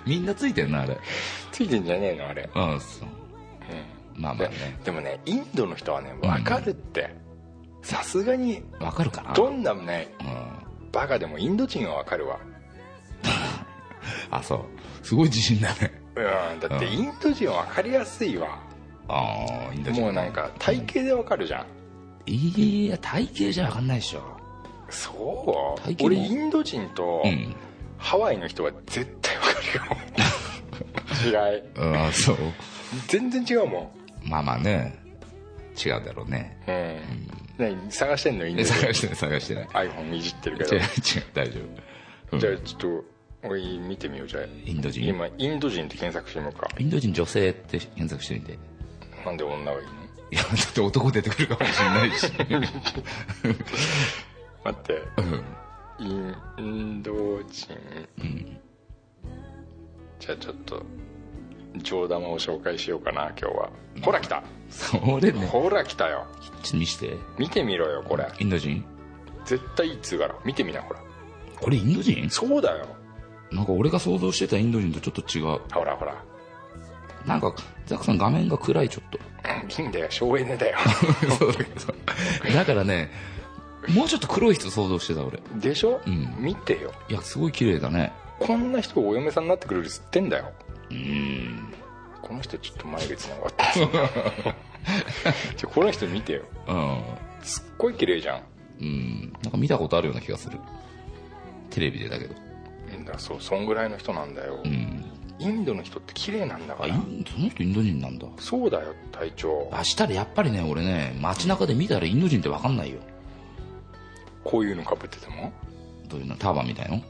Speaker 3: みんなついてるなあれ
Speaker 4: ついてんじゃねえのあれ
Speaker 3: うんそうまあまあ
Speaker 4: で
Speaker 3: ね
Speaker 4: でもねインドの人はねわかるってさすがに
Speaker 3: わかるかな
Speaker 4: どんなね
Speaker 3: うん
Speaker 4: バカでもインド人はわかるわ
Speaker 3: あそうすごい自信だね
Speaker 4: うんだって
Speaker 3: うん
Speaker 4: インド人は分かりやすいわ
Speaker 3: ああインド人
Speaker 4: もうなんか体型で分かるじゃん
Speaker 3: いや体型じゃわかんないでしょ
Speaker 4: そ
Speaker 3: 体型も
Speaker 4: う俺インド人と
Speaker 3: うん
Speaker 4: ハワイの人は絶対分かるよ 違い
Speaker 3: うんそう
Speaker 4: 全然違うもん
Speaker 3: まあまあね違うだろうね
Speaker 4: うん何探してんのインド
Speaker 3: え探
Speaker 4: 人
Speaker 3: してない探してない
Speaker 4: iPhone いじってるけ
Speaker 3: 違う
Speaker 4: ど
Speaker 3: 違う大丈夫、うん
Speaker 4: じゃあちょっと俺見てみようじゃあ
Speaker 3: インド人
Speaker 4: 今インド人って検索してみようか
Speaker 3: インド人女性って検索してみてい
Speaker 4: なんで女がいいの
Speaker 3: やだって男出てくるかもしれない し
Speaker 4: 待って
Speaker 3: うん
Speaker 4: インインド人、じゃあちょっと上玉を紹介しようかな今日はほら来た
Speaker 3: それね
Speaker 4: ほら来たよ
Speaker 3: ちょっと見して
Speaker 4: 見てみろよこれ
Speaker 3: インド人
Speaker 4: 絶対いいっつうから見てみなほら
Speaker 3: これインド人
Speaker 4: そうだよ
Speaker 3: なんか俺が想像してたインド人とちょっと違
Speaker 4: ほらほら
Speaker 3: うなんかザックさん画面が暗いちょっと
Speaker 4: いいんだよ省エネ だよ
Speaker 3: そうだけどだからねもうちょっと黒い人想像してた俺
Speaker 4: でしょ、
Speaker 3: ん
Speaker 4: 見てよ
Speaker 3: いやすごい綺麗だね
Speaker 4: こんな人がお嫁さんになってくれるっつってんだよ
Speaker 3: うん
Speaker 4: この人ちょっと眉毛つながった ちょこの人見てよ
Speaker 3: うん
Speaker 4: すっごい綺麗じゃ
Speaker 3: う
Speaker 4: ん
Speaker 3: んなんか見たことあるような気がするテレビでだけど
Speaker 4: うんだそうそんぐらいの人なんだよ、
Speaker 3: うん
Speaker 4: インドの人って綺麗なんだか
Speaker 3: あイ
Speaker 4: ら
Speaker 3: ンその人インド人なんだ
Speaker 4: そうだよ隊長
Speaker 3: あしたらやっぱりね俺ね街中で見たらインド人って分かんないよ
Speaker 4: こういうのかぶってても
Speaker 3: どういうのターバンみたいのい
Speaker 4: うん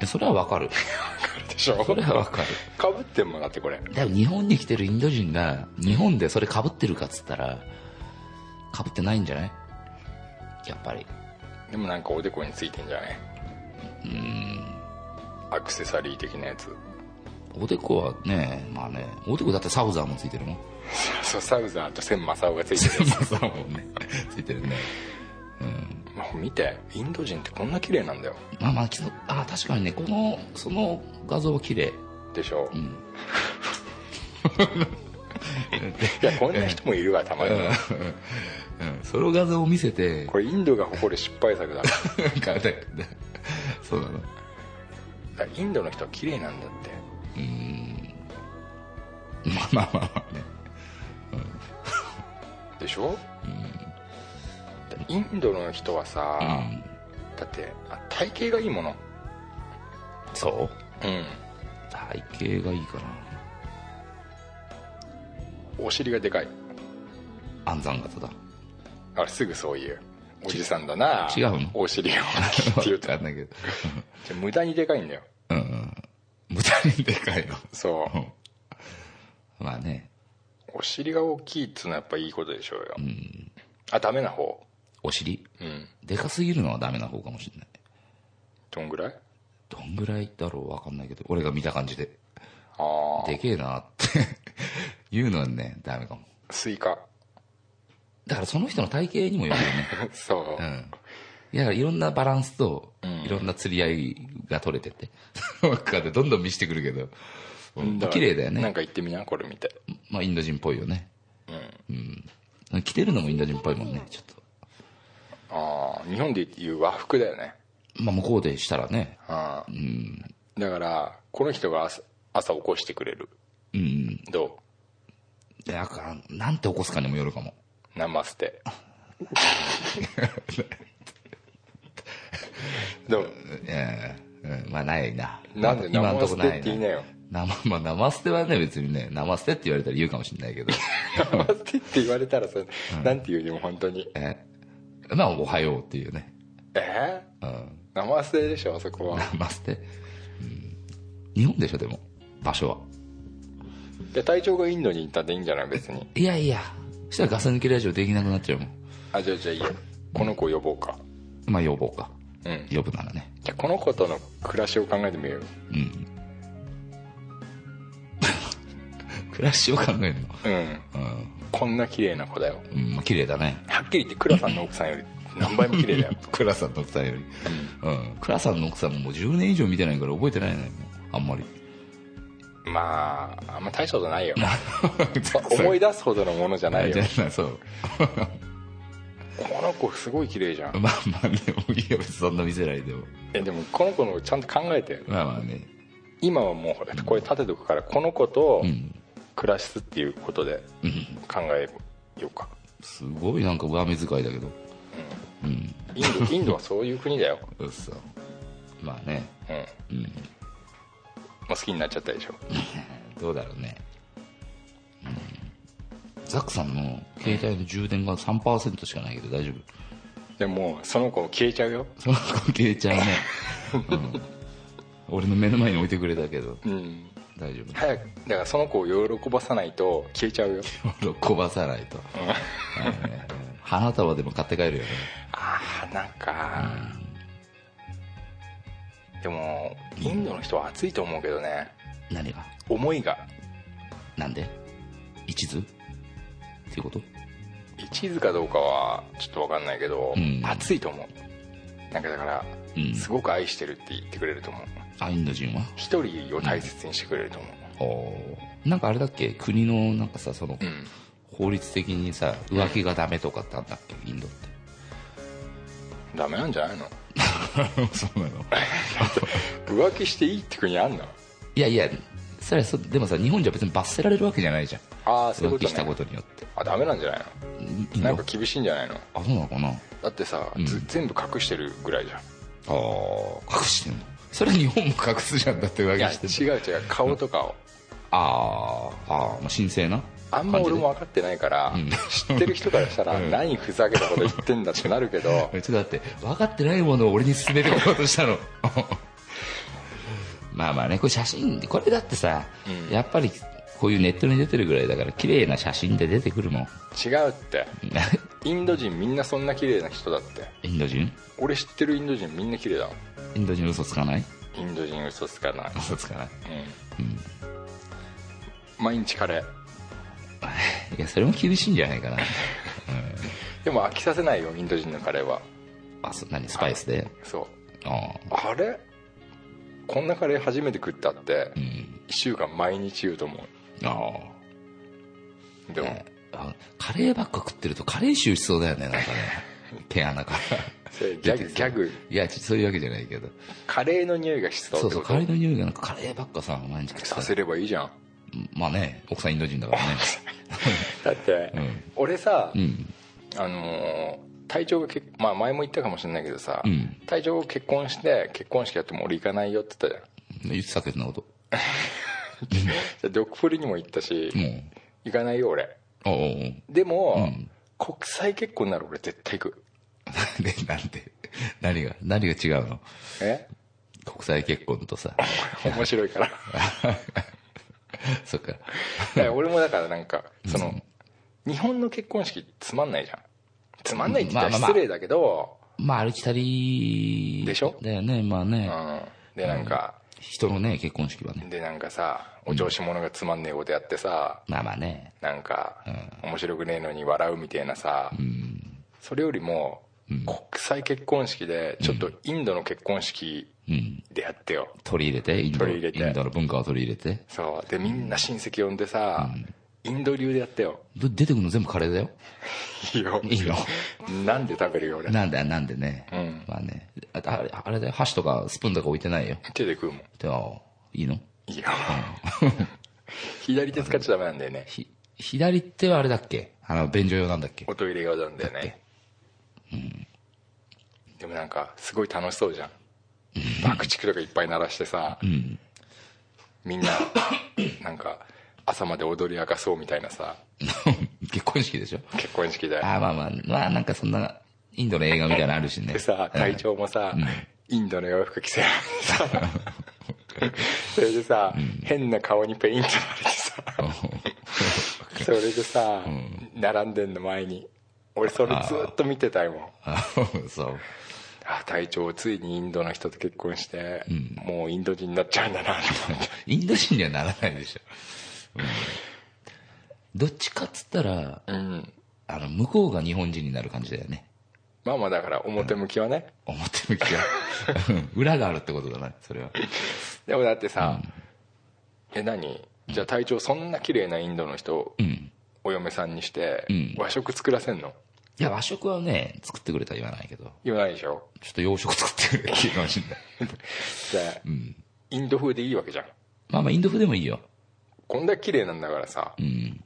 Speaker 3: やそれは分かる
Speaker 4: あれでしょ
Speaker 3: それは分かる
Speaker 4: かぶってんもんだってこれ
Speaker 3: でも日本に来てるインド人が日本でそれ被ってるかっつったら被ってないんじゃないやっぱり
Speaker 4: でもなんかおでこについてんじゃねうんアクセサリー的なやつ
Speaker 3: おでこはねまあねおでこだってサウザーもついてるもん
Speaker 4: そうサウザーと千正雄がついてる
Speaker 3: サウザーもねついてるね
Speaker 4: もう見てインド人ってこんな綺麗なんだよ
Speaker 3: まあまあきっとあ確かにねこのその画像は綺麗
Speaker 4: でし ょ、
Speaker 3: ん
Speaker 4: いやこんな人もいるわたまに、
Speaker 3: うんその画像を見せて
Speaker 4: これインドが誇る失敗作だだか
Speaker 3: なんかねそうだな
Speaker 4: らインドの人は綺麗なんだって
Speaker 3: まあまあまあまあね
Speaker 4: でしょ、インドの人はさ、だってあ体型がいいもの
Speaker 3: そう
Speaker 4: うん
Speaker 3: 体型がいいか
Speaker 4: お尻がでかい
Speaker 3: な安山型だ
Speaker 4: あすぐそういうおじさんだな
Speaker 3: ち違うの
Speaker 4: お尻が大きいって 言うと
Speaker 3: わかんないけど
Speaker 4: じゃ無駄にでかいんだよ
Speaker 3: うんうん無駄にでかいの
Speaker 4: そう
Speaker 3: うんまあね
Speaker 4: お尻が大きいっつうのはやっぱいいことでしょうよ、あダメな方
Speaker 3: お尻
Speaker 4: うん
Speaker 3: でかすぎるのはダメな方かもしれない
Speaker 4: どんぐらい
Speaker 3: どんぐらいだろうわかんないけど俺が見た感じで
Speaker 4: ああ
Speaker 3: でけえなって 言うのはね、ダメかも。
Speaker 4: スイカ
Speaker 3: だからその人の体型にもよるよね。
Speaker 4: そ う、
Speaker 3: うん。いや、いろんなバランスと
Speaker 4: ん、
Speaker 3: いろんな釣り合いが取れて て、その中でどんどん見せてくるけど、うん
Speaker 4: から
Speaker 3: 綺麗だよ
Speaker 4: なん
Speaker 3: ね。
Speaker 4: か言ってみなこれみたい
Speaker 3: まあ、インド人っぽいよね。うん。着てるのもインド人っぽいもんね、ちょっと。
Speaker 4: ああ日本でいう和服だよね
Speaker 3: まあ、向こうでしたらね、
Speaker 4: ああだからこの人が朝朝起こしてくれる
Speaker 3: うん。
Speaker 4: ど
Speaker 3: だから、なんて起こすかにもよるかも。
Speaker 4: うナマス テどう
Speaker 3: うんうんまあ、ないな。
Speaker 4: なんで
Speaker 3: 今のとこない
Speaker 4: ナマステって言 いなよ
Speaker 3: 生、まあ、生捨てはね、別にね、生捨てって言われたら言うかもしれない けど、
Speaker 4: ナマステって言われたらさ、なんて言うでも本当に
Speaker 3: えまあ、おはようっていうね。
Speaker 4: えー
Speaker 3: うん。
Speaker 4: ナマステでしょあそ こは
Speaker 3: 生捨て。うん日本でしょ、でも。場所は。
Speaker 4: で隊長がインドに行ったんでいいんじゃない別に
Speaker 3: いやいや、そしたらガス抜きラジオできなくなっちゃうもん。
Speaker 4: あじゃあじゃあいいよこの子を呼ぼうか
Speaker 3: まあ、呼ぼうか。
Speaker 4: うん
Speaker 3: 呼ぶならね。
Speaker 4: じゃあこの子との暮らしを考えてみようよ
Speaker 3: うん。 暮らしを考えるの。
Speaker 4: うんこんな綺麗な子だよ
Speaker 3: うん、まあ、綺麗だね。
Speaker 4: はっきり言って倉さんの奥さんより何倍も綺 麗だよ
Speaker 3: 倉さんの奥さんより。うん。倉さんの奥さんももう10年以上見てないから覚えてないのよ。あん まり。
Speaker 4: まああんま大したことないよ 思い出すほどのものじ ゃない
Speaker 3: じ
Speaker 4: よ
Speaker 3: ゃあなそう。
Speaker 4: この子すごい綺麗じゃん
Speaker 3: まあまあね、もういいよ、別にそんな見せないでも。
Speaker 4: えでもこの子のちゃんと考えてよ
Speaker 3: まあまあね。
Speaker 4: 今はもうほらこれ立てとくからこの子と
Speaker 3: うん。
Speaker 4: 暮らすっていうことで
Speaker 3: うん。
Speaker 4: 考えようか
Speaker 3: すごいなんか上目遣いだけど。うん。
Speaker 4: インドインドはそういう国だよ、
Speaker 3: うっそ。まあね。
Speaker 4: うん、も
Speaker 3: うん。
Speaker 4: う好きになっちゃったでしょ
Speaker 3: どうだろうね。うん。ザックさんの携帯の充電が3%しかないけど大丈夫。
Speaker 4: でももうその子消えちゃうよ
Speaker 3: その子消えちゃうね。うん。俺の目の前に置いてくれたけど、
Speaker 4: うん
Speaker 3: 大丈夫。
Speaker 4: 早くだからその子を喜ばさないと消えちゃうよ
Speaker 3: 喜ばさないと。はいはいはい花束でも買って帰るよね。
Speaker 4: ああなんか、でもインドの人は熱いと思うけどね
Speaker 3: 何が
Speaker 4: 思いが
Speaker 3: なんで一途っていうこと
Speaker 4: 一途かどうかはちょっと分かんないけど、
Speaker 3: うん
Speaker 4: 熱いと思うなんかだから、
Speaker 3: うん
Speaker 4: すごく愛してるって言ってくれると思う
Speaker 3: あインド人は
Speaker 4: 一人を大切にしてくれると思う
Speaker 3: おーなんかあれだっけ国のなんかさその、
Speaker 4: うん
Speaker 3: 法律的にさ浮気がダメとかってあったっけインドって
Speaker 4: ダメなんじゃないの
Speaker 3: そうなの
Speaker 4: 浮気していいって国あんの
Speaker 3: いやいやそれはそでもさ日本じゃ別に罰せられるわけじゃないじゃん
Speaker 4: ああそういう
Speaker 3: 浮
Speaker 4: こと
Speaker 3: 気
Speaker 4: ね
Speaker 3: したことによって
Speaker 4: あダメなんじゃない
Speaker 3: イ
Speaker 4: の
Speaker 3: ン
Speaker 4: なん
Speaker 3: ド
Speaker 4: か厳しいんじゃないの
Speaker 3: あそうなのかなあ
Speaker 4: だってさ、
Speaker 3: うん
Speaker 4: ず全部隠してるぐらいじゃん
Speaker 3: あ隠してんのそれ日本も隠すじゃんだって
Speaker 4: い
Speaker 3: 浮
Speaker 4: や
Speaker 3: 気してる
Speaker 4: 違う違う顔とかを
Speaker 3: あーあーまあ神聖な
Speaker 4: あんま俺も分かってないから、
Speaker 3: ん
Speaker 4: 知ってる人からしたら、何ふざけたこと言ってんだってなるけど
Speaker 3: えちょっと待って分かってないものを俺に勧めてこようとしたの まあまあねこれ写真これだってさ、
Speaker 4: うん
Speaker 3: やっぱりこういうネットに出てるぐらいだから綺麗な写真で出てくるもん
Speaker 4: 違うってインド人みんなそんな綺麗な人だって
Speaker 3: インド人
Speaker 4: 俺知ってるインド人みんな綺麗だもん
Speaker 3: インド人嘘つかない
Speaker 4: インド人嘘つかない、
Speaker 3: 嘘つかない
Speaker 4: うん、毎日カレー
Speaker 3: いやそれも厳しいんじゃないかな
Speaker 4: でも飽きさせないよインド人のカレーは
Speaker 3: あそ何スパイスで
Speaker 4: そ
Speaker 3: あ
Speaker 4: うあれこんなカレー初めて食ったって
Speaker 3: ーうん
Speaker 4: 1週間毎日言うと思
Speaker 3: あー
Speaker 4: うでも、
Speaker 3: ねあカレーばっか食ってるとカレー臭しそうだよねなんかね毛穴から
Speaker 4: それギャグギャグ
Speaker 3: いやちそういうわけじゃないけど
Speaker 4: カレーの匂いがしそう
Speaker 3: そう
Speaker 4: って
Speaker 3: そう
Speaker 4: こ
Speaker 3: カレ
Speaker 4: と
Speaker 3: ーの匂いがなんかカレーばっかさ毎日食ってた
Speaker 4: さ
Speaker 3: ら
Speaker 4: せればいいじゃん
Speaker 3: まあね、奥さんインド人だからね。
Speaker 4: だって、
Speaker 3: うん
Speaker 4: 俺さ、
Speaker 3: うん。
Speaker 4: あのー体調がけ、まあ、前も言ったかもしれないけどさ、
Speaker 3: うん
Speaker 4: 体調が結婚して結婚式やっても俺行かないよって言ったじ
Speaker 3: 言ってたけどなこと。
Speaker 4: ゃんドッグフリにも行ったし、
Speaker 3: もうん。
Speaker 4: 行かないよ俺
Speaker 3: おうおうおう。
Speaker 4: でも、
Speaker 3: うん
Speaker 4: 国際結婚なら俺絶対行く
Speaker 3: で、なんで、何が、何が違うの
Speaker 4: え
Speaker 3: 国際結婚とさ。
Speaker 4: 面白いからだか
Speaker 3: そっか。
Speaker 4: ら俺もだからなんかその、日本の結婚式つまんないじゃんつまんないって言ったら
Speaker 3: まあまあまあ
Speaker 4: 失礼だけど、
Speaker 3: まあ、ありきたり。
Speaker 4: でしょ
Speaker 3: だよね、まあね。
Speaker 4: うんでなんか、
Speaker 3: 人のね結婚式はね
Speaker 4: でなんかさお調子者がつまんねえことやってさ、
Speaker 3: まあまあね
Speaker 4: なんか、面白くねえのに笑うみたいなさ、それよりも、国際結婚式でちょっとインドの結婚式
Speaker 3: うん
Speaker 4: でやってよ、
Speaker 3: 取り入れてインド
Speaker 4: 取り入れて
Speaker 3: インドの文化を取り入れて
Speaker 4: そうでみんな親戚呼んでさ、インド流でやってよ
Speaker 3: ぶ出てくるの全部カレーだよ
Speaker 4: いいよ
Speaker 3: いい よ
Speaker 4: なんで食べるよ俺
Speaker 3: なんだよなんでね、
Speaker 4: ん
Speaker 3: まあねああれあれだよ箸とかスプーンとか置いてないよ
Speaker 4: 手で食うもん
Speaker 3: でもいいの
Speaker 4: いいよ左手使っちゃダメなんだよね
Speaker 3: ひ左手はあれだっけあの便所用なんだっけ
Speaker 4: おトイレ用なんだよねでもなんかすごい楽しそうじゃん爆竹とかいっぱい鳴らしてさ、みんななんか朝まで踊り明かそうみたいなさ
Speaker 3: 結婚式でしょ
Speaker 4: 結婚式で
Speaker 3: ああまあまあまあなんかそんなインドの映画みたいなのあるしね
Speaker 4: でさ隊長もさ、インドの洋服着せられて さそれでさ、変な顔にペイントされてさそれでさ、並んでんの前に俺それずっと見てたいもん
Speaker 3: あ そう
Speaker 4: あ隊長ついにインドの人と結婚して、もうインド人になっちゃうんだなと思って
Speaker 3: インド人にはならないでしょ、うんどっちかっつったら
Speaker 4: うん
Speaker 3: あの向こうが日本人になる感じだよね
Speaker 4: まあまあだから表向きはね、
Speaker 3: 表向きはうん裏があるってことだなそれは
Speaker 4: でもだってさ、え何じゃあ隊長そんな綺麗なインドの人を
Speaker 3: うん
Speaker 4: お嫁さんにして、
Speaker 3: ん
Speaker 4: 和食作らせんの
Speaker 3: いや和食はね作ってくれたら言わないけど
Speaker 4: 言わないでしょ
Speaker 3: ちょっと洋食作ってくれっていうかもしれない
Speaker 4: じゃあ、インド風でいいわけじゃん
Speaker 3: まあまあインド風でもいいよ
Speaker 4: こんだけ綺麗なんだからさ、
Speaker 3: うん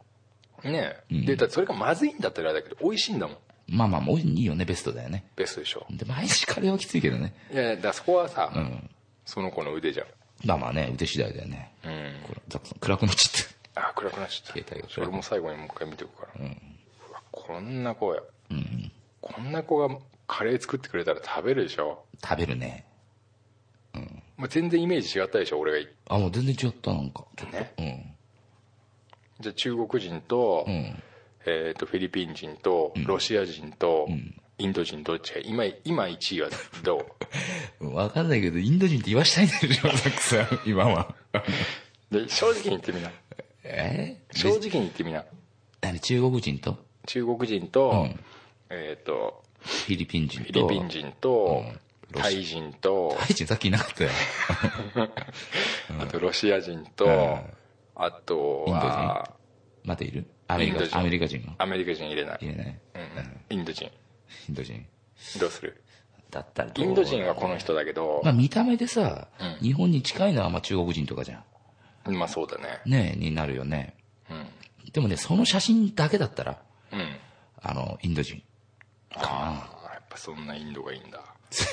Speaker 4: ねえ、でだってそれがまずいんだったらあれだけど美味しいんだもん
Speaker 3: まあまあもういいよねベストだよね
Speaker 4: ベストでしょ
Speaker 3: で毎日カレーはきついけどね
Speaker 4: いやいやだからそこはさ、
Speaker 3: うん
Speaker 4: その子の腕じゃん
Speaker 3: まあまあね腕次第だよね
Speaker 4: うん
Speaker 3: これザクさん暗くなっちゃっ
Speaker 4: あ暗くなっちゃった
Speaker 3: 携帯が暗く
Speaker 4: 俺も最後にもう一回見ておくから、うわこんな子や、こんな子がカレー作ってくれたら食べるでしょ、
Speaker 3: た食べるね
Speaker 4: まあ、全然イメージ違ったでしょ俺が
Speaker 3: あもう全然違ったなんかちょっと、
Speaker 4: ね
Speaker 3: うん
Speaker 4: じゃあ中国人と,、
Speaker 3: ん
Speaker 4: えー、とフィリピン人とロシア人とインド人どっちが今今1位はどう
Speaker 3: わかんないけど、インド人って言わしたいんでしょ、たくさん、今は。
Speaker 4: で正直に言っ てみな
Speaker 3: え
Speaker 4: 正直に言ってみな
Speaker 3: 何中国人と
Speaker 4: 中国人と、
Speaker 3: うん
Speaker 4: えっ、と
Speaker 3: フィリピン人
Speaker 4: フ
Speaker 3: と。
Speaker 4: ィリピン人と、
Speaker 3: うんロシ
Speaker 4: タイ人と
Speaker 3: タイ人さっきいなかったよ。
Speaker 4: あとロシア人と、
Speaker 3: ん
Speaker 4: あとは
Speaker 3: まだいるアメリカ
Speaker 4: インド人
Speaker 3: 人。アメリカ人が。
Speaker 4: アメリカ人入れない、
Speaker 3: いれない。
Speaker 4: うん、インド人
Speaker 3: インド人。
Speaker 4: どうする
Speaker 3: だったらど
Speaker 4: イ
Speaker 3: う
Speaker 4: ンド人はこの人だけど
Speaker 3: まあ見た目でさ、
Speaker 4: うん
Speaker 3: 日本に近いのはまあ中国人とかじゃ
Speaker 4: まあそうだね
Speaker 3: ん。ねえ、になるよね。
Speaker 4: う
Speaker 3: でもね、その写真だけだったら、
Speaker 4: んうん
Speaker 3: あの、インド人。
Speaker 4: ああやっぱそんなインドがいいんだ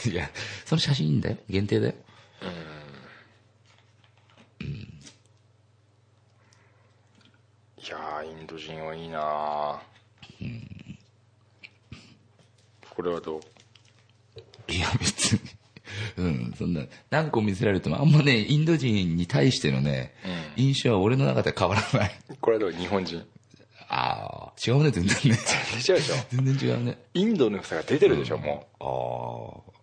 Speaker 3: いや、その写真いいんだよ。限定だよ。
Speaker 4: いやーインド人はいいなこれはどう
Speaker 3: いや、別に。 うん、そんな、何個見せられても、あんまね、インド人に対してのね、印象は俺の中では変わらない。
Speaker 4: これはどう日本人
Speaker 3: ああ、違うね、全然ね。
Speaker 4: 違 うでしょ
Speaker 3: 全然違うね。
Speaker 4: インドの良さが出てるでしょ、も
Speaker 3: あ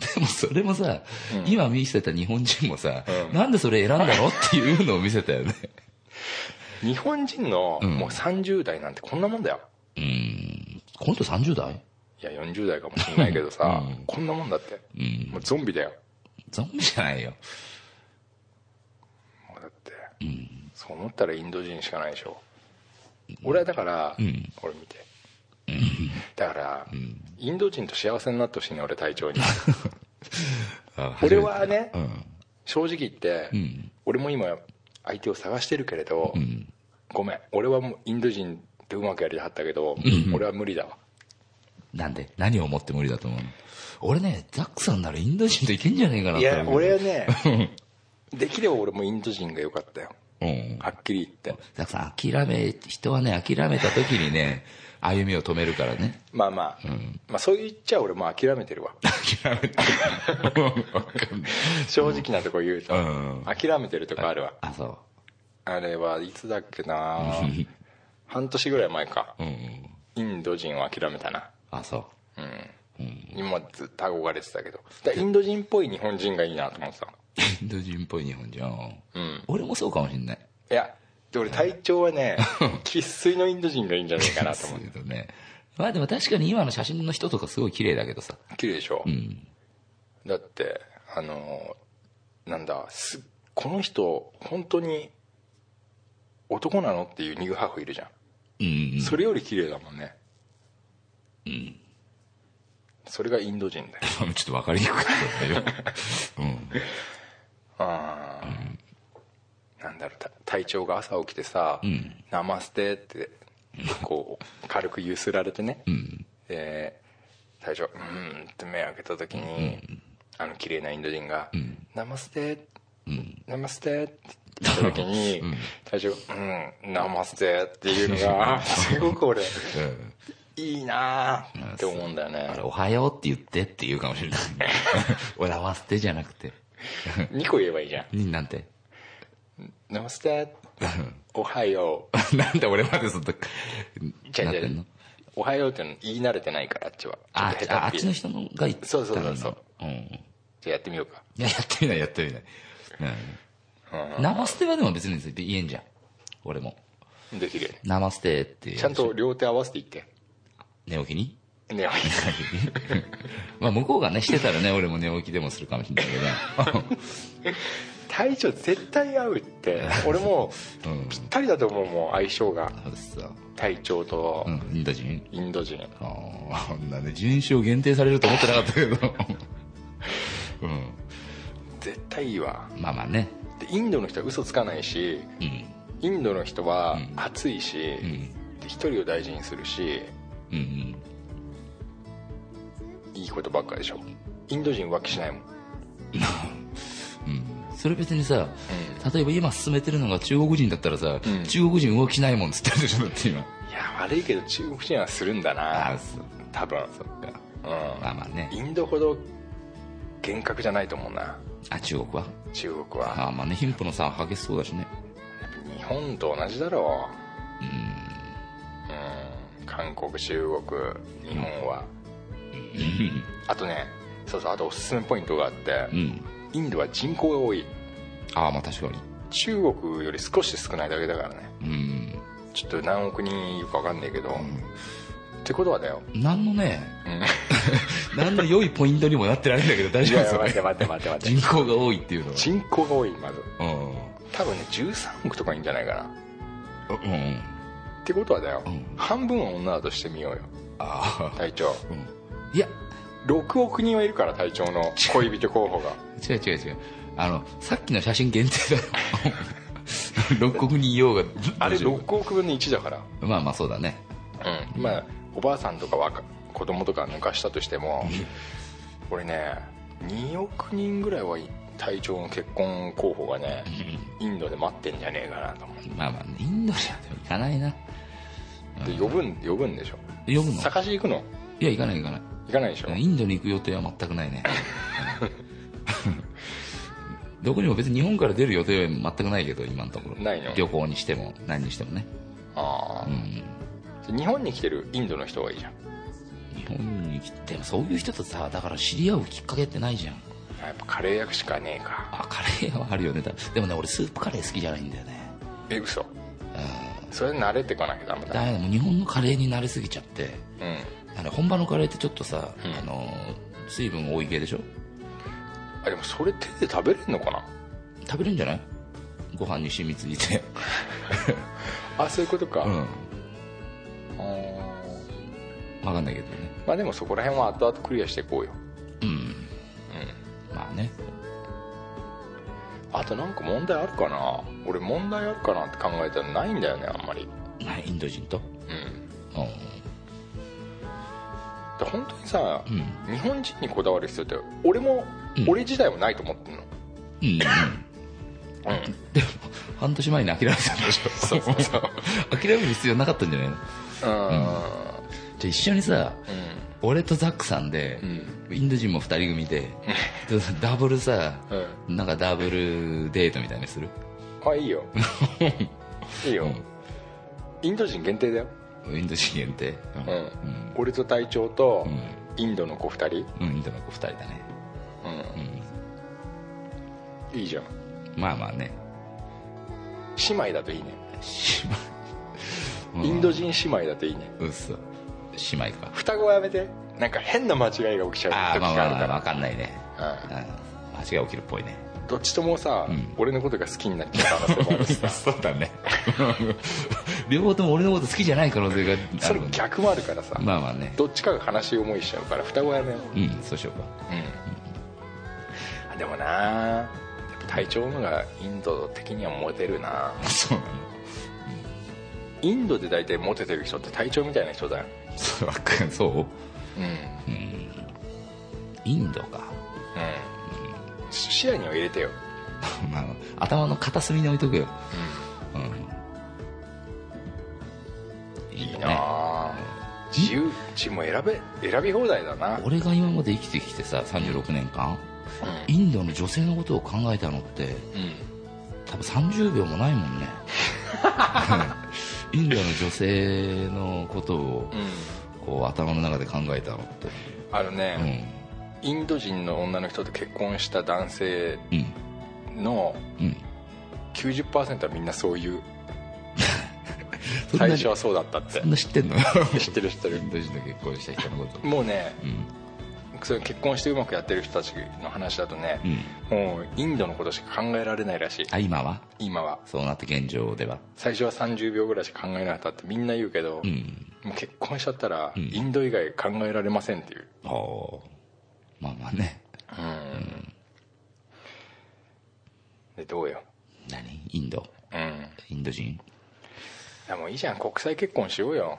Speaker 3: あ。でもそれもさ、今見せた日本人もさ、なんでそれ選んだのっていうのを見せたよね。
Speaker 4: う日本人のもう30代なんてこんなもんだよ
Speaker 3: うん。今度30代
Speaker 4: いや40代かもしれないけどさ、
Speaker 3: うん
Speaker 4: こんなもんだって、
Speaker 3: ん
Speaker 4: もうゾンビだよ
Speaker 3: ゾンビじゃないよ。
Speaker 4: もうだって、そう思ったらインド人しかないでしょ俺はだから、
Speaker 3: ん
Speaker 4: 俺見て、だから、インド人と幸せになってほしいね俺 隊長に俺はね、
Speaker 3: ん
Speaker 4: 正直言って、
Speaker 3: ん
Speaker 4: 俺も今相手を探してるけれど、
Speaker 3: ん
Speaker 4: ごめん俺はもうインド人とうまくやりはったけど、俺は無理だわ
Speaker 3: なんで何を思って無理だと思うの俺ね、ザックさんならインド人といけんじゃねえかなっ
Speaker 4: い
Speaker 3: て
Speaker 4: や
Speaker 3: 思う
Speaker 4: 俺はねできれば俺もインド人が良かったよ
Speaker 3: うん。
Speaker 4: はっきり言って
Speaker 3: ザクさん、諦め、人はね、諦めた時にね、歩みを止めるからね。
Speaker 4: まあまあ、まあそう言っちゃ俺もう諦めて るわ
Speaker 3: 諦めた。
Speaker 4: 正直なとこ言うと、
Speaker 3: うん
Speaker 4: 諦めてるとこあるわ
Speaker 3: あ、そ
Speaker 4: あれはいつだっけな半年ぐらい前か
Speaker 3: う。うんうん。
Speaker 4: インド人は諦めたな
Speaker 3: あ、そう。
Speaker 4: うん今までずっと憧れてたけどだからインド人っぽい日本人がいいなと思ってた
Speaker 3: インド人っぽい日本じゃん
Speaker 4: うん
Speaker 3: 俺もそうかもしんない
Speaker 4: いやで俺体調 はね生粋のインド人がいいんじゃないかなと思
Speaker 3: そう
Speaker 4: う
Speaker 3: けどねまあでも確かに今の写真の人とかすごい綺麗だけどさ
Speaker 4: 綺麗でしょ、
Speaker 3: うん
Speaker 4: だってあのーなんだすこの人本当に男なのっていうニューハーフいるじゃん、
Speaker 3: うん
Speaker 4: それより綺麗だもんねうんそれがインド人だよ
Speaker 3: うんちょっと分かりにくかったんだようん
Speaker 4: あーなんだろうた隊長が朝起きてさ「
Speaker 3: ん
Speaker 4: ナマステ」ってこう軽くゆすられてね、で隊長「うん」って目を開けた時に、あの綺麗なインド人が「ナマステ」ナマス テって言った時に、隊長「うんナマステ」っていうのがあーすごく俺いいなーって思うんだよ
Speaker 3: あれ「
Speaker 4: ね
Speaker 3: おはよう」って言ってって言うかもし れない俺合わせてじゃなくて
Speaker 4: 2個言えばいいじゃん
Speaker 3: になんて
Speaker 4: 「ナマステ」おはよう」
Speaker 3: なんで俺までそんな
Speaker 4: 違う
Speaker 3: なっ
Speaker 4: 違
Speaker 3: てん
Speaker 4: う
Speaker 3: の
Speaker 4: おはようっての言い慣れてないからあっちは
Speaker 3: あ
Speaker 4: ちょっと
Speaker 3: ああ
Speaker 4: 下
Speaker 3: っ
Speaker 4: 手っ
Speaker 3: ち
Speaker 4: ぴ
Speaker 3: の
Speaker 4: で
Speaker 3: 人のが言った
Speaker 4: そうそうそうそう
Speaker 3: うんい
Speaker 4: じゃあやってみようか
Speaker 3: ややってみないやってみないうんナマステはでも別に言えんじゃん俺も
Speaker 4: できるよね
Speaker 3: ナマステって
Speaker 4: ちゃんと両手合わせていって
Speaker 3: 寝起きに
Speaker 4: ね
Speaker 3: まあ向こうがねしてたらね俺も寝起きでもするかもしれない
Speaker 4: 体調絶対合 うって俺も
Speaker 3: けどうん
Speaker 4: ぴったりだと思うもん相性が
Speaker 3: そうですさ
Speaker 4: 体調と
Speaker 3: うんインド人
Speaker 4: インド人
Speaker 3: ああこんなね人種を限定されると思ってなかったけ どう
Speaker 4: 絶対いいわ
Speaker 3: んまあまあね
Speaker 4: でインドの人は嘘つかないし
Speaker 3: うん
Speaker 4: インドの人は熱いし、
Speaker 3: ん
Speaker 4: で一人を大事にするし
Speaker 3: うんうん
Speaker 4: いいことばっかでしょインド人浮気しないもん
Speaker 3: それ別にさ、例えば今進めてるのが中国人だったらさ、中国人動きないもんっつってるでしょだって今
Speaker 4: いや悪いけど中国人はするんだな
Speaker 3: そう
Speaker 4: 多分
Speaker 3: そっか
Speaker 4: うん
Speaker 3: まあまあね
Speaker 4: インドほど厳格じゃないと思うな
Speaker 3: あ中国は
Speaker 4: 中国は
Speaker 3: ああまあね貧富の差激しそうだしね
Speaker 4: 日本と同じだろううん韓国中国日本はあとねそうそうあとおすすめポイントがあって、
Speaker 3: うん
Speaker 4: インドは人口が多い
Speaker 3: ああまあ確かに
Speaker 4: 中国より少し少ないだけだからね
Speaker 3: うん
Speaker 4: ちょっと何億人いるか分かんないけど、ってことは だよ、
Speaker 3: 何のね
Speaker 4: うん、
Speaker 3: 何の良いポイントにもなってないんだけど大
Speaker 4: い
Speaker 3: 丈夫
Speaker 4: や
Speaker 3: ですよ
Speaker 4: 待
Speaker 3: ね
Speaker 4: って待って待って待って
Speaker 3: 人口が多いっていうのは
Speaker 4: 人口が多いまず
Speaker 3: うん
Speaker 4: 多分ね13億とかいいんじゃないかな
Speaker 3: うんうん
Speaker 4: ってことはだよ、
Speaker 3: うん
Speaker 4: 半分は女だとしてみようよ
Speaker 3: ああ
Speaker 4: 隊長
Speaker 3: うんいや
Speaker 4: 6億人はいるから隊長 の恋人候補が
Speaker 3: 違う違う違うあのさっきの写真限定だよ 六国にいようが
Speaker 4: あれ
Speaker 3: 大丈夫
Speaker 4: 6億分の1だから
Speaker 3: まあまあそうだね
Speaker 4: うんまあおばあさんとか若子供とか抜かしたとしても俺ね2億人ぐらいは隊長の結婚候補がねインドで待ってんじゃねえかなと思
Speaker 3: まあまあねインドにはでも行かないな
Speaker 4: ってで呼ぶん呼ぶんでしょ
Speaker 3: 読むの
Speaker 4: 探し行くの
Speaker 3: いや行かない行かない
Speaker 4: 行かないでしょ
Speaker 3: インドに行く予定は全くないねどこにも別に日本から出る予定は全くないけど今のところ
Speaker 4: ないの
Speaker 3: 旅行にしても何にしてもね
Speaker 4: あ
Speaker 3: う
Speaker 4: あ
Speaker 3: ん
Speaker 4: じゃあ日本に来てるインドの人がいいじゃん
Speaker 3: 日本に来てもそういう人とさだから知り合うきっかけってないじゃん
Speaker 4: あやっぱカレー役しかねえか
Speaker 3: あカレーはあるよね多分でもね俺スープカレー好きじゃないんだよね
Speaker 4: え嘘それ慣れていかなきゃダメ
Speaker 3: だ
Speaker 4: だ
Speaker 3: からもう日本のカレーに慣れすぎちゃって
Speaker 4: うん
Speaker 3: あの本場のカレーってちょっとさ、
Speaker 4: うん
Speaker 3: あの水分多い系でしょ
Speaker 4: あでもそれ手で食べれるのかな
Speaker 3: 食べれるんじゃないご飯に染みついて
Speaker 4: あそういうことか、
Speaker 3: うん
Speaker 4: うん
Speaker 3: 分かんないけどね
Speaker 4: まあでもそこら辺は後々クリアしていこうよ
Speaker 3: うんまあね
Speaker 4: あとなんか問題あるかな俺問題あるかなって考えたらないんだよねあんまり
Speaker 3: まあインド人と
Speaker 4: うん
Speaker 3: うん
Speaker 4: で本当にさ、
Speaker 3: うん
Speaker 4: 日本人にこだわる必要って俺も、
Speaker 3: うん
Speaker 4: 俺自体もないと思ってんの
Speaker 3: うんうん
Speaker 4: うん
Speaker 3: でも半年前に諦めたんで しょそうそうそう諦める必要なかったんじゃないのじゃ
Speaker 4: う
Speaker 3: あ一緒にさ
Speaker 4: ん
Speaker 3: 俺とザックさんで、
Speaker 4: うん
Speaker 3: インド人も2人組で ダブルさ、
Speaker 4: う
Speaker 3: なんかダブルデートみたいにする
Speaker 4: あいいよいいよ、インド人限定だよ、
Speaker 3: インド人限定
Speaker 4: うん
Speaker 3: うん
Speaker 4: 俺と隊長と
Speaker 3: うん
Speaker 4: インドの子2人、
Speaker 3: うんインドの子2人だね
Speaker 4: うん
Speaker 3: うん
Speaker 4: いいじゃん
Speaker 3: まあまあね
Speaker 4: 姉妹だといいね
Speaker 3: うん
Speaker 4: インド人姉妹だといいね
Speaker 3: うっそ姉 妹か
Speaker 4: 双子はやめてなんか変な間違いが起きちゃ
Speaker 3: あ
Speaker 4: う
Speaker 3: あ
Speaker 4: 時
Speaker 3: まあ
Speaker 4: がある
Speaker 3: まあま
Speaker 4: か
Speaker 3: あ
Speaker 4: ら
Speaker 3: 分かんないね
Speaker 4: うん
Speaker 3: うん間違い起きるっぽいね
Speaker 4: どっちともさ、
Speaker 3: うん
Speaker 4: 俺のことが好きになっちゃう可能性もあるしさ
Speaker 3: そうだね両方とも俺のこと好きじゃ ない可能性があ
Speaker 4: そ
Speaker 3: る
Speaker 4: れ
Speaker 3: もんね
Speaker 4: 逆もあるからさ、
Speaker 3: まあまあね
Speaker 4: どっちかが悲しい思いしちゃうから双子はやめよう、
Speaker 3: うんそうしようか
Speaker 4: あでもなやっぱ体調の方がインド的にはモテるな
Speaker 3: そうな
Speaker 4: インドで大体モテてる人って体調みたいな人だよ
Speaker 3: のそうわかんそう
Speaker 4: うんうん
Speaker 3: インドか
Speaker 4: 視野には入れてよ
Speaker 3: まあ頭の片隅に置いとくようんいい
Speaker 4: いい
Speaker 3: よ
Speaker 4: なあ、自由地も選べ選び放題だな
Speaker 3: 俺が今まで生きてきてさ36年間インドの女性のことを考えたのって
Speaker 4: うん
Speaker 3: 多分30秒もないも んねインドの女性のことを
Speaker 4: うん
Speaker 3: こう頭の中で考えたのって
Speaker 4: あの
Speaker 3: う
Speaker 4: ね、インド人の女の人と結婚した男性
Speaker 3: んうん
Speaker 4: の
Speaker 3: うん
Speaker 4: 90%はみんなそういう
Speaker 3: そんな
Speaker 4: 最
Speaker 3: に
Speaker 4: 初はそうだったって
Speaker 3: そんな知ってんの
Speaker 4: 知ってる知って
Speaker 3: イ
Speaker 4: る
Speaker 3: ンド人と結婚した人のこと
Speaker 4: もうね
Speaker 3: うん
Speaker 4: それ結婚してうまくやってる人たちの話だとね、
Speaker 3: うん
Speaker 4: もうインドのことしか考えられないらしい
Speaker 3: あ今は
Speaker 4: 今は
Speaker 3: そうなって現状では
Speaker 4: 最初は30秒ぐらいしか考えなかったってみんな言うけど、
Speaker 3: うん
Speaker 4: もう結婚しちゃったら
Speaker 3: ん
Speaker 4: インド以外考えられませんっていう、
Speaker 3: ああまあまあね
Speaker 4: うんでどうよ
Speaker 3: 何インド
Speaker 4: うん
Speaker 3: インド人
Speaker 4: いやもういいじゃん国際結婚しようよ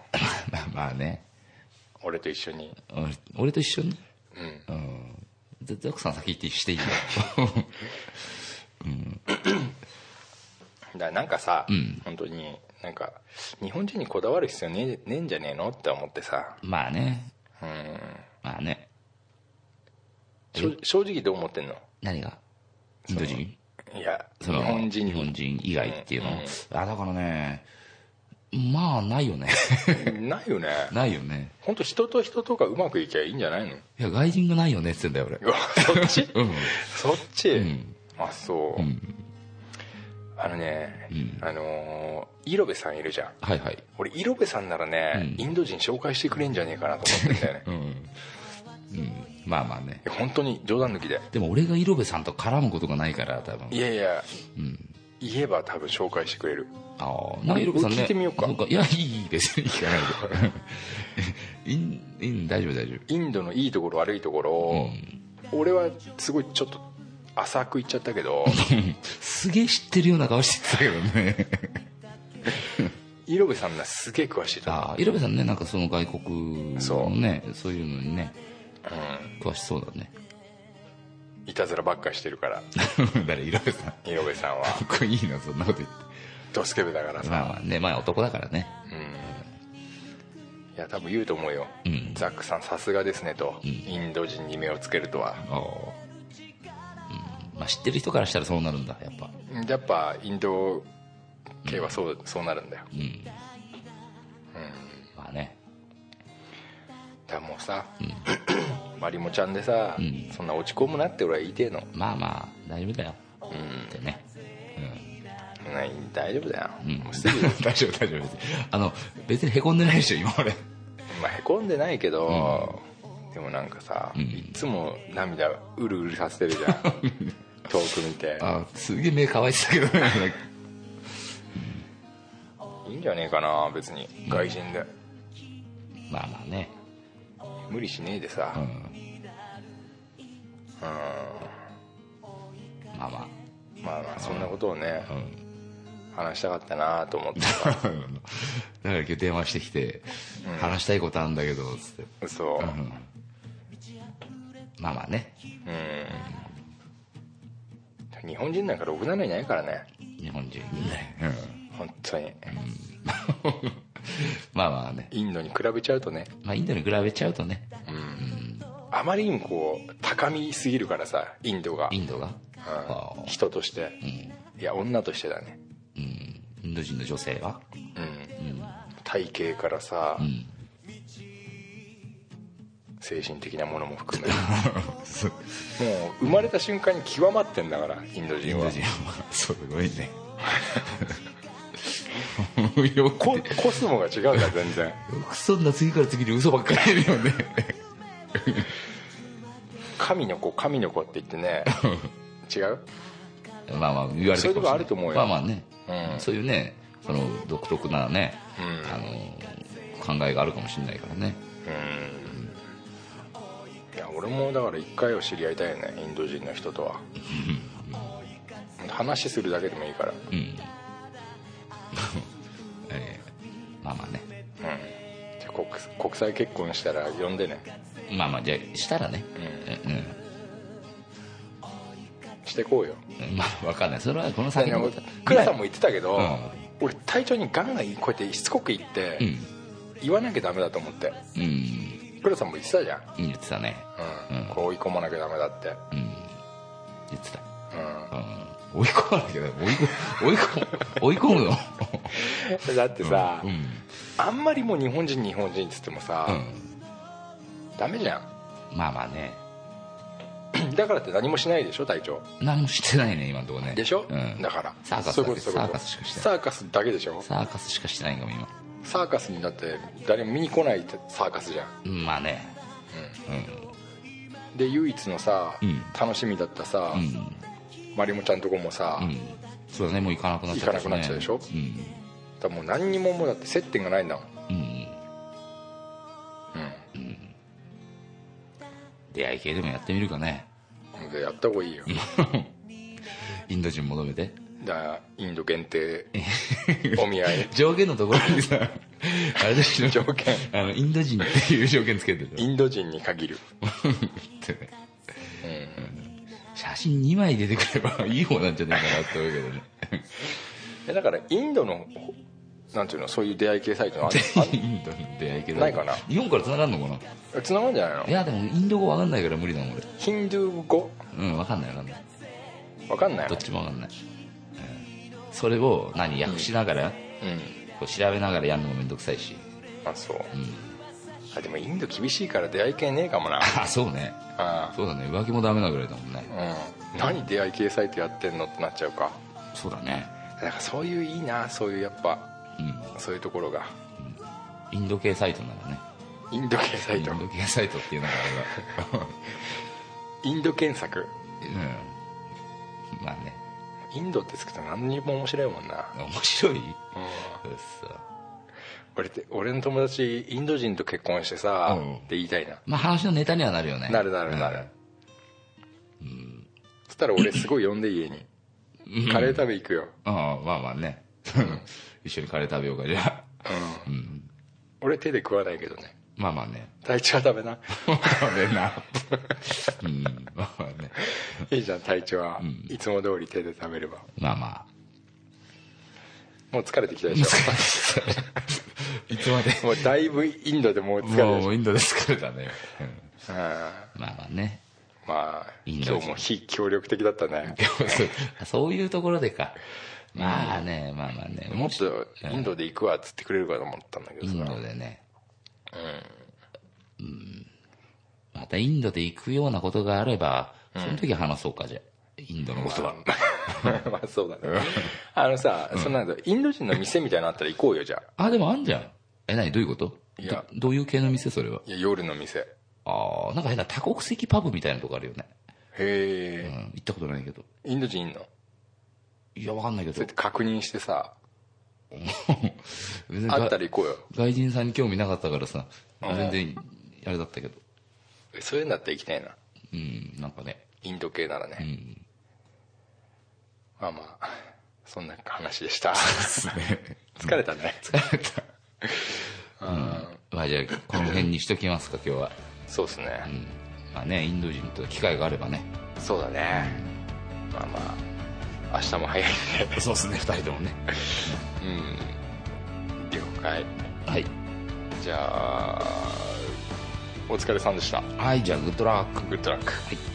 Speaker 3: まあまあね
Speaker 4: 俺と一緒に
Speaker 3: 俺俺と一緒に
Speaker 4: う
Speaker 3: う
Speaker 4: ん
Speaker 3: んザザクさん先行ってしていい よ
Speaker 4: だからなんかさ、
Speaker 3: うん
Speaker 4: 本当になんか日本人にこだわる必要ねえねえんじゃねえのって思ってさ、
Speaker 3: まあね
Speaker 4: うん、
Speaker 3: まあね
Speaker 4: しょ正直どう思ってんの
Speaker 3: 何がインド人
Speaker 4: いや日
Speaker 3: その
Speaker 4: 本人に
Speaker 3: 日本人以外っていうの、
Speaker 4: うん
Speaker 3: あだからねまあないよね
Speaker 4: ないよね
Speaker 3: ないよね
Speaker 4: 本当人と人とがうまくいきゃいいんじゃないの
Speaker 3: いや外人がないよねって言ってんだよ
Speaker 4: そっち
Speaker 3: 俺うん
Speaker 4: そっち、
Speaker 3: うん
Speaker 4: あそう、
Speaker 3: うん
Speaker 4: あのね、
Speaker 3: ん
Speaker 4: あのー、イロベさんいるじゃん
Speaker 3: はいはい
Speaker 4: 俺イロベさんならね、
Speaker 3: うん
Speaker 4: インド人紹介してくれんじゃねえかなと思ってん だよね
Speaker 3: うん、うん、まあまあね
Speaker 4: いや本当に冗談抜きで
Speaker 3: でも俺が色部さんと絡むことがないから多分
Speaker 4: いやいや
Speaker 3: うん
Speaker 4: 言えば多分紹介してくれる
Speaker 3: ああ
Speaker 4: 俺聞いてみようか
Speaker 3: いやいい別に聞か ないでいんいん大丈夫大丈
Speaker 4: インドのいいところ悪いところ
Speaker 3: 夫う
Speaker 4: を、
Speaker 3: ん
Speaker 4: 俺はすごいちょっと浅く言っちゃった けど
Speaker 3: すげえ知ってるような顔してたけどね
Speaker 4: イロベさんならすげえ詳しいと思
Speaker 3: ああ色部さんねなんかその外国
Speaker 4: そ
Speaker 3: の
Speaker 4: う
Speaker 3: ねそういうのにね
Speaker 4: う、
Speaker 3: 詳しそうだね
Speaker 4: うん、いたずらばっかしてるから
Speaker 3: 誰色部さん
Speaker 4: イロ ベさんは
Speaker 3: かっこいいなそんなこと言っ
Speaker 4: ドスケベだから
Speaker 3: て
Speaker 4: さ、
Speaker 3: まあまあねまあ男だからね
Speaker 4: いや多分言うと思うよ、
Speaker 3: うん
Speaker 4: ザックさんさすがですねと、
Speaker 3: ん
Speaker 4: インド人に目をつけるとは
Speaker 3: ああうんまあ知ってる人からしたらそうなるんだやっぱ
Speaker 4: やっぱインド系はそう,、そうなるんだよ
Speaker 3: うんまあね
Speaker 4: だからもうさ、 まりもちゃんでさ、
Speaker 3: うん
Speaker 4: そんな落ち込むなって俺は言いてえの
Speaker 3: まあまあ大丈夫だよってね
Speaker 4: ない大丈夫だよ、
Speaker 3: うん
Speaker 4: もうすぐ
Speaker 3: 大丈夫大丈夫あの別にへこんでないでしょ今俺
Speaker 4: まあへこんでないけど、でもなんかさ、
Speaker 3: ん
Speaker 4: いつも涙うるうるさせてる じゃん遠く見て
Speaker 3: あすげえ目乾いてたけどね
Speaker 4: いいんじゃねえかな別に外人で、
Speaker 3: まあまあね
Speaker 4: 無理しねえでさ、
Speaker 3: うんまあま
Speaker 4: まあまあそんなことをね、
Speaker 3: あうん
Speaker 4: 話したかったなと思っ て
Speaker 3: だから今日電話してきて「話したいことあるんだけど」つって
Speaker 4: 嘘
Speaker 3: うんまあまあね
Speaker 4: うん日本人なんかろくなのいないからね
Speaker 3: 日本人ねうん
Speaker 4: 本当に
Speaker 3: まあまあね
Speaker 4: インドに比べちゃうとね
Speaker 3: まあインドに比べちゃうとね
Speaker 4: あまりにもこう高みすぎるからさインドが、
Speaker 3: インドがあ
Speaker 4: うん
Speaker 3: ー
Speaker 4: 人として、いや女としてだね
Speaker 3: うんインド人の女性は
Speaker 4: うん体型からさ、
Speaker 3: ん
Speaker 4: 精神的なものも含めもう生まれた瞬間に極まってんだからインド
Speaker 3: イ
Speaker 4: 人
Speaker 3: ンド
Speaker 4: は
Speaker 3: 人はすごいね よく
Speaker 4: ココスモが違うから全然
Speaker 3: よくそんな次から次に嘘ばっかり言うよね
Speaker 4: 神の子神の子って言ってね違う
Speaker 3: まあまあ言われて
Speaker 4: そういう
Speaker 3: かもしれ
Speaker 4: とこ
Speaker 3: ない
Speaker 4: あると思うよ
Speaker 3: まあまあね、
Speaker 4: うん
Speaker 3: そういうねその独特なね、
Speaker 4: うん
Speaker 3: あの考えがあるかもしれないからね
Speaker 4: うんいや俺もだから一回は知り合いたいよねインド人の人とは話するだけでもいいから
Speaker 3: うん えーまあまあね
Speaker 4: うんじゃあ国国際結婚したら呼んでね
Speaker 3: まあまあじゃあしたらね
Speaker 4: う
Speaker 3: うん、
Speaker 4: してこうよ
Speaker 3: うんまあわかんないそれはこの先のこと
Speaker 4: クラさんも言ってたけど、
Speaker 3: うん
Speaker 4: 俺体調にガンガンこうやってしつこく言って、
Speaker 3: うん
Speaker 4: 言わなきゃダメだと思って
Speaker 3: うん
Speaker 4: クラさんも言ってたじゃん、
Speaker 3: 言ってたね
Speaker 4: うん
Speaker 3: うん
Speaker 4: こう追い込まなきゃダメだって、
Speaker 3: うん言ってた
Speaker 4: う
Speaker 3: うん追い込まなきゃ追い込追い込追い込むよ
Speaker 4: ん、だってさ、
Speaker 3: うん
Speaker 4: あんまりもう日本人日本人っつってもさ、
Speaker 3: うん
Speaker 4: ダメじゃん
Speaker 3: まあまあね
Speaker 4: だからって何もしないでしょ隊長
Speaker 3: 何もしてないね今のとこね
Speaker 4: でしょ、
Speaker 3: うん
Speaker 4: だから
Speaker 3: サーカス
Speaker 4: そう
Speaker 3: だ
Speaker 4: いうこ
Speaker 3: け
Speaker 4: とそういう
Speaker 3: サー
Speaker 4: こと
Speaker 3: カスしかしてない
Speaker 4: サーカスだけでしょ
Speaker 3: サーカスしかしてないかも今
Speaker 4: サーカスにだって誰も見に来ないサーカスじゃん、
Speaker 3: うんまあね
Speaker 4: うん、で唯一のさ、
Speaker 3: うん
Speaker 4: 楽しみだったさ、
Speaker 3: うん
Speaker 4: マリモちゃんとこもさ、
Speaker 3: うんそうだねもう行かなくなっちゃったしね
Speaker 4: 行かなくなっちゃうでしょ
Speaker 3: うん
Speaker 4: だからもう何にももうだって接点がないんだもん
Speaker 3: うん
Speaker 4: う
Speaker 3: 出会い系でもやってみるかね
Speaker 4: んでやった方がいいよ
Speaker 3: インド人求めて
Speaker 4: だからインド限定お見合い
Speaker 3: 条件のところに さあれだけど
Speaker 4: 条件
Speaker 3: あのインド人っていう条件つけてる
Speaker 4: インド人に限
Speaker 3: っ
Speaker 4: る、
Speaker 3: てね
Speaker 4: うん、
Speaker 3: 写真2枚出てくればいい方なんじゃないかなって思うけどね
Speaker 4: えだからインドのなんていうのそういう出会い系サイトのあ
Speaker 3: インドの出会い系だ
Speaker 4: ないかな
Speaker 3: 日本から繋がんのかな
Speaker 4: あつながんじゃないの
Speaker 3: いやでもインド語わかんないから無理だもん俺
Speaker 4: ヒンドゥー語
Speaker 3: うんわかんないわかんない
Speaker 4: わかんない
Speaker 3: ど
Speaker 4: の
Speaker 3: っちもわかんない、うんそれを何訳しながら、
Speaker 4: うん
Speaker 3: こう調べながらやるのもめんどくさいし、
Speaker 4: あそう
Speaker 3: うん、
Speaker 4: あでもインド厳しいから出会い系ねえかもな
Speaker 3: あそうね
Speaker 4: あ
Speaker 3: そうだね浮気もダメなぐらいだもんね
Speaker 4: あうん何出会い系サイトやってんのってなっちゃうか
Speaker 3: そうだね
Speaker 4: なんかそういういいなそういうやっぱ
Speaker 3: うん
Speaker 4: そういうところが
Speaker 3: インド系サイトならね
Speaker 4: インド系サ
Speaker 3: イ
Speaker 4: イ
Speaker 3: ン
Speaker 4: ト
Speaker 3: ド系サイトっていうのがあれ ば
Speaker 4: インド検索
Speaker 3: うんまあね
Speaker 4: インドってつくと何にも面白いもんな、
Speaker 3: 面白い
Speaker 4: うん、
Speaker 3: うっそ
Speaker 4: 俺って俺の友達インド人と結婚してさ、
Speaker 3: うん
Speaker 4: って言いたいな
Speaker 3: まあ話のネタにはなるよね
Speaker 4: なるなるなる、そしたら俺すごい呼んで家に、
Speaker 3: うん
Speaker 4: カレー食べ行くよ、
Speaker 3: ああまあまあね 一緒にカレー食べようかじゃあ
Speaker 4: うん俺手で食わないけどね
Speaker 3: まあまあね
Speaker 4: 隊長は食べな
Speaker 3: 食べなうんまあまあね
Speaker 4: いいじゃん隊長は、
Speaker 3: ん
Speaker 4: いつも通り手で食べれば
Speaker 3: まあまあ
Speaker 4: もう疲れてきたでし
Speaker 3: いつまで
Speaker 4: ょもうだいぶインドでもう疲れたでし
Speaker 3: も
Speaker 4: ょ、
Speaker 3: うインドで疲れたね、
Speaker 4: うん、
Speaker 3: うん、まあまあね
Speaker 4: まあ
Speaker 3: インド人
Speaker 4: 今日も非協力的だったね
Speaker 3: そういうところでかまあねまあまあね
Speaker 4: もっとインドで行くわっつってくれるかと思ったんだけど
Speaker 3: イ
Speaker 4: さ
Speaker 3: ンドでねうんまたインドで行くようなことがあればその時話そうかじゃあインドのことは
Speaker 4: まあそうだねあのさ、そんなんだインド人の店みたいなのあったら行こうよじゃあ
Speaker 3: あでもあんじゃんえ何どういうこと
Speaker 4: いや
Speaker 3: どどういう系の店それはい
Speaker 4: や夜の店へ
Speaker 3: ああなんか変な多国籍パブみたいなとこあるよね、うん
Speaker 4: え、、
Speaker 3: 行ったことないけど
Speaker 4: インド人いんの
Speaker 3: いやわかんないけ
Speaker 4: そうや
Speaker 3: ど
Speaker 4: って確認してさ
Speaker 3: 別に
Speaker 4: あったら行こうよ
Speaker 3: 外人さんに興味なかったからさ
Speaker 4: うん
Speaker 3: 全然あれだったけど
Speaker 4: そういうんだったら行きたいな
Speaker 3: うんなんかね
Speaker 4: インド系ならね、
Speaker 3: ん
Speaker 4: まあまあそんな話でした 疲
Speaker 3: 疲
Speaker 4: れたね
Speaker 3: 疲れたまあじゃあこの辺にしときますか今日は、
Speaker 4: そうっすね、
Speaker 3: うん、まあねインド人と機会があればね
Speaker 4: そうだねまあまあ明日も早いね
Speaker 3: そうですね2人ともね
Speaker 4: うん了解
Speaker 3: はい
Speaker 4: じゃあお疲れさんでした
Speaker 3: はいじゃあグッドラック
Speaker 4: グッドラック
Speaker 3: はい